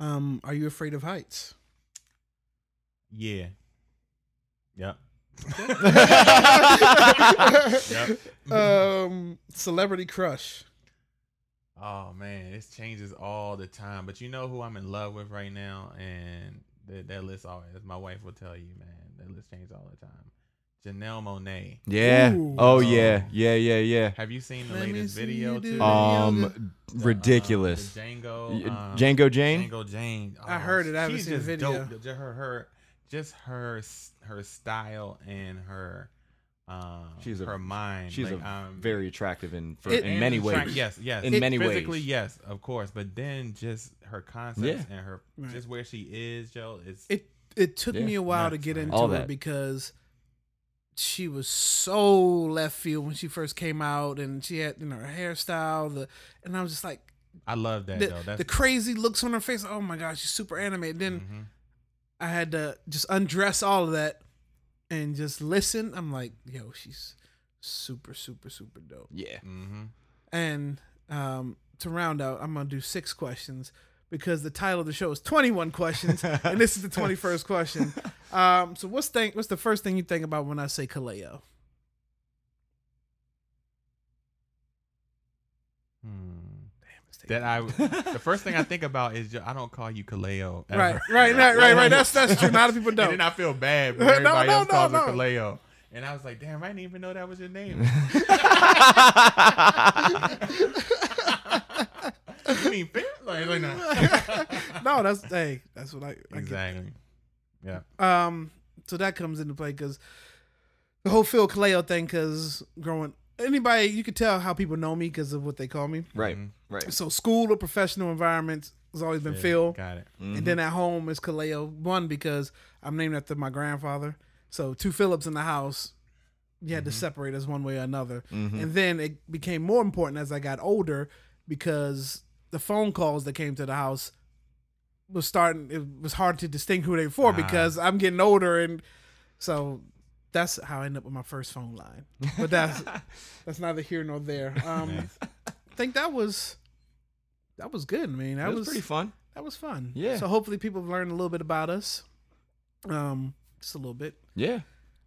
Speaker 1: Um, are you afraid of heights?
Speaker 3: Yeah. Yep. *laughs*
Speaker 2: Yep.
Speaker 1: um, celebrity crush.
Speaker 3: Oh man, this changes all the time. But you know who I'm in love with right now, and that, that list always. My wife will tell you, man, that list changes all the time. Janelle Monet.
Speaker 2: Yeah.
Speaker 1: Ooh.
Speaker 2: Oh yeah. Yeah. Yeah. Yeah.
Speaker 3: Have you seen the
Speaker 1: Let me
Speaker 3: latest
Speaker 1: see
Speaker 3: video
Speaker 1: you do
Speaker 3: too?
Speaker 1: it. Uh,
Speaker 2: Um,
Speaker 3: The, uh,
Speaker 2: ridiculous.
Speaker 3: the
Speaker 2: Y-
Speaker 3: Django. um,
Speaker 2: Django Jane.
Speaker 3: Django Jane. Oh,
Speaker 1: I heard it. I haven't
Speaker 3: she's
Speaker 1: seen the
Speaker 3: just
Speaker 1: video.
Speaker 3: Dope. Ju- Her, her, just her, s- her style and her, um,
Speaker 2: She's a-
Speaker 3: her mind.
Speaker 2: She's
Speaker 3: like,
Speaker 2: a
Speaker 3: um,
Speaker 2: very attractive in for,
Speaker 1: It-
Speaker 2: in many
Speaker 3: attract-
Speaker 2: ways.
Speaker 3: Yes, yes.
Speaker 2: In many ways.
Speaker 3: Physically, yes, of course. But then just her concepts and her
Speaker 1: Right.
Speaker 3: just where she is, Joe. It's
Speaker 1: It it took
Speaker 2: Yeah.
Speaker 1: me a while to
Speaker 3: Nuts,
Speaker 1: get
Speaker 3: man.
Speaker 1: into
Speaker 2: All
Speaker 1: her
Speaker 2: that.
Speaker 1: because she was so left field when she first came out, and she had you know her hairstyle. The and I was just like
Speaker 3: I love that, Joe.
Speaker 1: the,
Speaker 3: That's
Speaker 1: the crazy looks on her face. Oh my gosh, she's super animated. Then
Speaker 3: mhm.
Speaker 1: I had to just undress all of that and just listen. I'm like, yo, she's super super super dope.
Speaker 2: Yeah.
Speaker 3: Mhm.
Speaker 1: And um, to round out, I'm gonna do six questions because the title of the show is 21 questions, and this is the 21st question. Um, so what's think? What's the first thing you think about when I say Kaleo? *laughs*
Speaker 3: Hmm.
Speaker 1: It's
Speaker 3: That I the first thing I think about is Joe, I don't call you Kaleo. ever.
Speaker 1: right, right, right, right,
Speaker 3: *laughs*
Speaker 1: right. That's that's true. Not if people
Speaker 3: And
Speaker 1: don't.
Speaker 3: then I feel bad
Speaker 1: *laughs*
Speaker 3: when
Speaker 1: No,
Speaker 3: everybody
Speaker 1: no,
Speaker 3: else
Speaker 1: no,
Speaker 3: calls
Speaker 1: no.
Speaker 3: her Kaleo. And I was like, damn, I didn't even know that was your name. *laughs* you mean fam?
Speaker 1: *laughs*
Speaker 3: Like, like, nah.
Speaker 1: no, that's hey, that's what I, I get.
Speaker 3: exactly. Yeah.
Speaker 1: Um, so that comes into play because the whole Phil Kaleo thing. Because growing anybody, you could tell how people know me because of what they call me.
Speaker 2: Right.
Speaker 3: Mhm.
Speaker 2: Right.
Speaker 1: So school or professional environments has always been
Speaker 3: Yeah,
Speaker 1: Phil.
Speaker 3: Got it.
Speaker 2: Mhm.
Speaker 1: And then at home is Kaleo. One, because I'm named after my grandfather. So two Phillips in the house, you had to separate us one way or another. And then it became more important as I got older because the phone calls that came to the house was starting, it was hard to distinguish who they were for
Speaker 3: Ah.
Speaker 1: because I'm getting older. And so that's how I ended up with my first phone line. But that's, that's neither here nor there. Um,
Speaker 3: Nice.
Speaker 1: I think that was. That was good, man. That
Speaker 2: That was pretty fun.
Speaker 1: that was fun.
Speaker 2: Yeah.
Speaker 1: So hopefully people have learned a little bit about us, um, just a little bit.
Speaker 2: Yeah.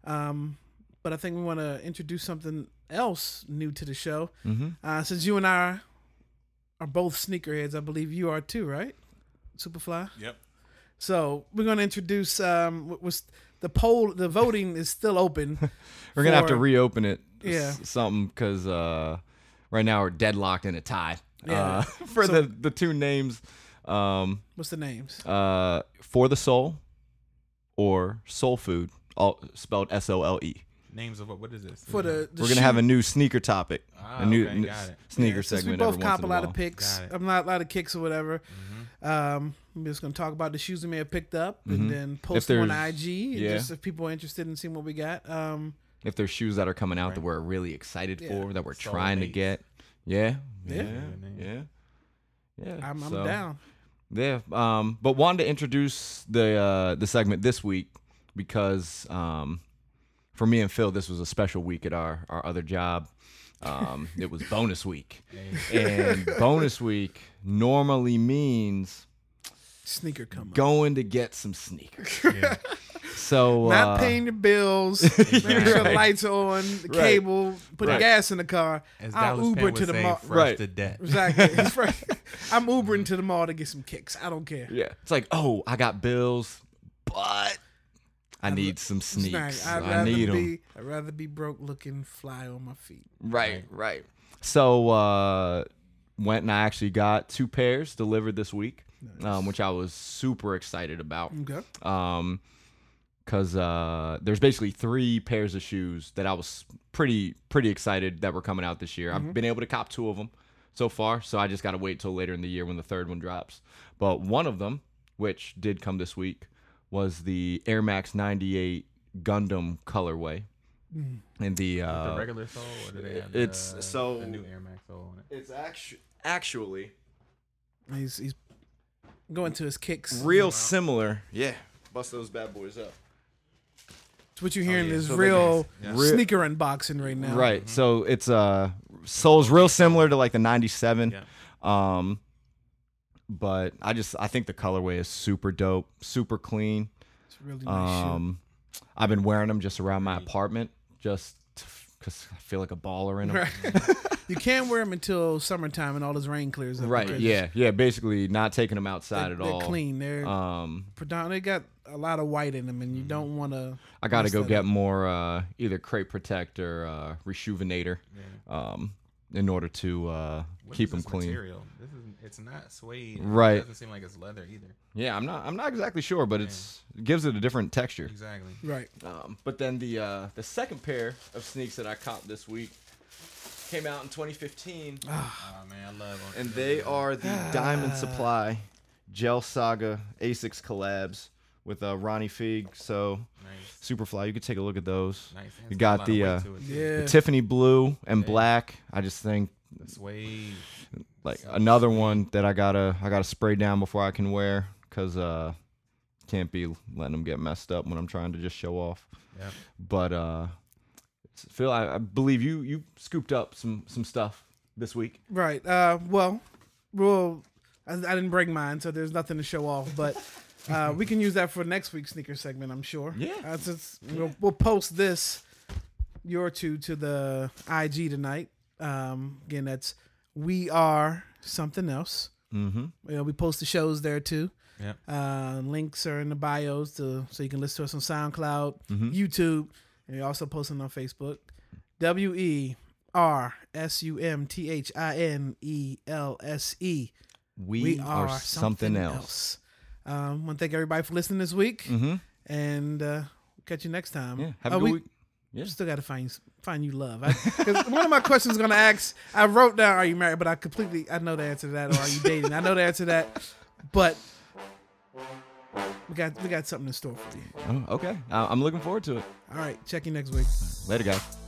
Speaker 1: Um, but I think we want to introduce something else new to the show.
Speaker 2: Mm-hmm.
Speaker 1: Uh, since you and I are both sneakerheads, I believe you are too, right? Superfly.
Speaker 3: Yep.
Speaker 1: So we're going to introduce um, what was the poll. The voting is still open.
Speaker 2: We're gonna have to
Speaker 1: for-
Speaker 2: reopen it.
Speaker 1: Yeah.
Speaker 2: s- something because uh, right now we're deadlocked in a tie.
Speaker 1: Yeah.
Speaker 2: Uh, *laughs* for the the two names, um,
Speaker 1: What's the names?
Speaker 2: uh, for the soul, or soul food, all spelled S O L E.
Speaker 3: Names of what? What is this?
Speaker 1: For the, the
Speaker 2: We're gonna
Speaker 1: shoe-
Speaker 2: have a new sneaker topic,
Speaker 3: Ah,
Speaker 2: a new
Speaker 3: okay,
Speaker 2: n-
Speaker 3: got it.
Speaker 2: sneaker
Speaker 1: Yeah, since
Speaker 2: segment.
Speaker 1: We both
Speaker 2: every
Speaker 1: cop
Speaker 2: once in
Speaker 1: a lot
Speaker 2: while.
Speaker 1: of picks.
Speaker 3: Got it.
Speaker 1: I'm not a lot of kicks or whatever.
Speaker 3: Mhm.
Speaker 1: Um, I'm just gonna talk about the shoes we may have picked up and
Speaker 2: Mhm.
Speaker 1: then post them on
Speaker 2: there's-
Speaker 1: IG.
Speaker 2: yeah.
Speaker 1: Yeah. Just if people are interested in seeing what we got. Um,
Speaker 2: If there's shoes that are coming out that
Speaker 3: Right.
Speaker 2: we're really excited
Speaker 1: Yeah.
Speaker 2: for, that we're
Speaker 3: Soul
Speaker 2: trying to
Speaker 3: mates.
Speaker 2: get, yeah,
Speaker 1: Yeah.
Speaker 2: yeah, yeah, yeah.
Speaker 1: I'm, I'm
Speaker 2: so-
Speaker 1: down.
Speaker 2: Yeah, um, but wanted to introduce the uh, the segment this week because um, for me and Phil, this was a special week at our our other job. Um, it was bonus
Speaker 1: *laughs*
Speaker 2: week,
Speaker 3: Hey.
Speaker 2: and bonus week normally means
Speaker 1: Sneaker come up.
Speaker 2: going to get some sneakers.
Speaker 1: *laughs*
Speaker 3: Yeah.
Speaker 2: So
Speaker 1: Not
Speaker 2: uh,
Speaker 1: paying your
Speaker 2: *laughs*
Speaker 1: bills. Make sure the
Speaker 2: Right.
Speaker 1: lights are on. The
Speaker 2: Right.
Speaker 1: cable. Put the
Speaker 2: Right.
Speaker 1: gas in the car.
Speaker 3: As
Speaker 1: I'll
Speaker 3: Dallas
Speaker 1: Uber
Speaker 3: Payne would
Speaker 1: to the
Speaker 3: say,
Speaker 1: mall.
Speaker 3: fresh
Speaker 2: Right.
Speaker 3: to
Speaker 2: *laughs*
Speaker 3: death.
Speaker 1: Exactly. It's right. *laughs* I'm Ubering to the mall to get some kicks. I don't care.
Speaker 2: Yeah, it's like oh, I got bills, but I need some
Speaker 1: It's not-
Speaker 2: sneaks.
Speaker 1: I'd
Speaker 2: I
Speaker 1: rather
Speaker 2: need them.
Speaker 1: be. I'd rather be broke looking fly on my feet.
Speaker 2: Right, right. So uh went and I actually got two pairs delivered this week, um, which I was super excited about.
Speaker 1: Okay.
Speaker 2: Um cuz uh there's basically three pairs of shoes that I was pretty pretty excited that were coming out this year. I've been able to cop two of them so far, so I just got to wait till later in the year when the third one drops. But one of them, which did come this week, was the Air Max 98 Gundam colorway. And the uh
Speaker 3: the regular soul, or do they have
Speaker 2: it's-
Speaker 3: the,
Speaker 2: so-
Speaker 3: the new Air Max soul on it?
Speaker 2: It's actu- actually
Speaker 1: He's he's going to his kicks.
Speaker 2: Real similar. Yeah. Bust those bad boys up.
Speaker 1: What you hearing
Speaker 3: yeah,
Speaker 1: is
Speaker 3: so they
Speaker 1: real
Speaker 2: Yeah. Real-
Speaker 1: sneaker unboxing right now.
Speaker 2: Right. So it's uh Soul's real similar to like the 97.
Speaker 3: Yeah.
Speaker 2: Um but I just I think the colorway is super dope, super clean.
Speaker 1: It's really nice shit.
Speaker 2: Um I've been wearing them just around my apartment just cuz I feel like a baller in them.
Speaker 1: *laughs* Right. you can wear them until summertime and all this rain clears up.
Speaker 2: Right.
Speaker 1: because
Speaker 2: Yeah. Yeah, basically not taking them outside
Speaker 1: They're,
Speaker 2: at
Speaker 1: they're
Speaker 2: all.
Speaker 1: clean. They're
Speaker 2: Um
Speaker 1: predominant. They got a lot of white in them, and
Speaker 2: mm-hmm.
Speaker 1: you don't want to.
Speaker 2: I got to
Speaker 1: mess
Speaker 2: go
Speaker 1: that
Speaker 2: get
Speaker 1: up.
Speaker 2: more uh, either crate protect or uh, rejuvenator um, in order to uh,
Speaker 3: What
Speaker 2: keep
Speaker 3: is
Speaker 2: them
Speaker 3: this
Speaker 2: clean.
Speaker 3: Material? This is it's not suede. and
Speaker 2: Right.
Speaker 3: It doesn't seem like it's leather either.
Speaker 2: Yeah, I'm not I'm not exactly sure, but it's it gives it a different texture.
Speaker 1: *sighs*
Speaker 3: Exactly.
Speaker 1: Right.
Speaker 2: Um, but then the uh, the second pair of sneaks that I copped this week came out in 2015,
Speaker 3: Oh man, I love.
Speaker 2: and they are the Diamond Supply Gel Saga Asics collabs with uh, Ronnie Fieg. So
Speaker 3: nice.
Speaker 2: Superfly, you could take a look at those.
Speaker 3: Nice. And
Speaker 2: You
Speaker 3: it's
Speaker 2: got
Speaker 3: a lot of
Speaker 2: the,
Speaker 3: weight
Speaker 2: uh,
Speaker 3: to it, too.
Speaker 1: Yeah.
Speaker 2: The Tiffany blue and black. I just think
Speaker 3: The suede.
Speaker 2: like another one that I gotta I gotta spray down before I can wear because uh can't be letting them get messed up when I'm trying to just show off.
Speaker 3: Yep.
Speaker 2: But uh Phil, I, I believe you you scooped up some some stuff this week.
Speaker 1: Right. Uh, well, well, I, I didn't bring mine, so there's nothing to show off. But
Speaker 2: *laughs*
Speaker 1: uh, we can use that for next week's sneaker segment, I'm sure.
Speaker 2: Yeah.
Speaker 1: Uh, since We'll, we'll post this your two to the IG tonight. Um, again, that's we are something else.
Speaker 2: Mm-hmm.
Speaker 1: You know, we post the shows there too.
Speaker 3: Yep.
Speaker 1: Uh, links are in the bios to so you can listen to us on SoundCloud, YouTube, and we also posting on Facebook. W E R S U M T H I N E L S E.
Speaker 2: We,
Speaker 1: We
Speaker 2: are, something, else.
Speaker 1: Um, want to thank everybody for listening this week,
Speaker 2: Mm-hmm.
Speaker 1: and uh, catch you next time.
Speaker 2: Yeah. Have a
Speaker 1: Oh,
Speaker 2: good
Speaker 1: we-
Speaker 2: week. Yeah.
Speaker 1: Still got to find find you love. I, 'cause *laughs* one of my questions going to ask. I wrote down, "Are you married?" But I completely I know the answer to that. Or are you dating? I know the answer to that. But we got we got something in store for you.
Speaker 2: Oh, okay. I, I'm looking forward to it.
Speaker 1: All right, check you next week.
Speaker 2: Later, guys.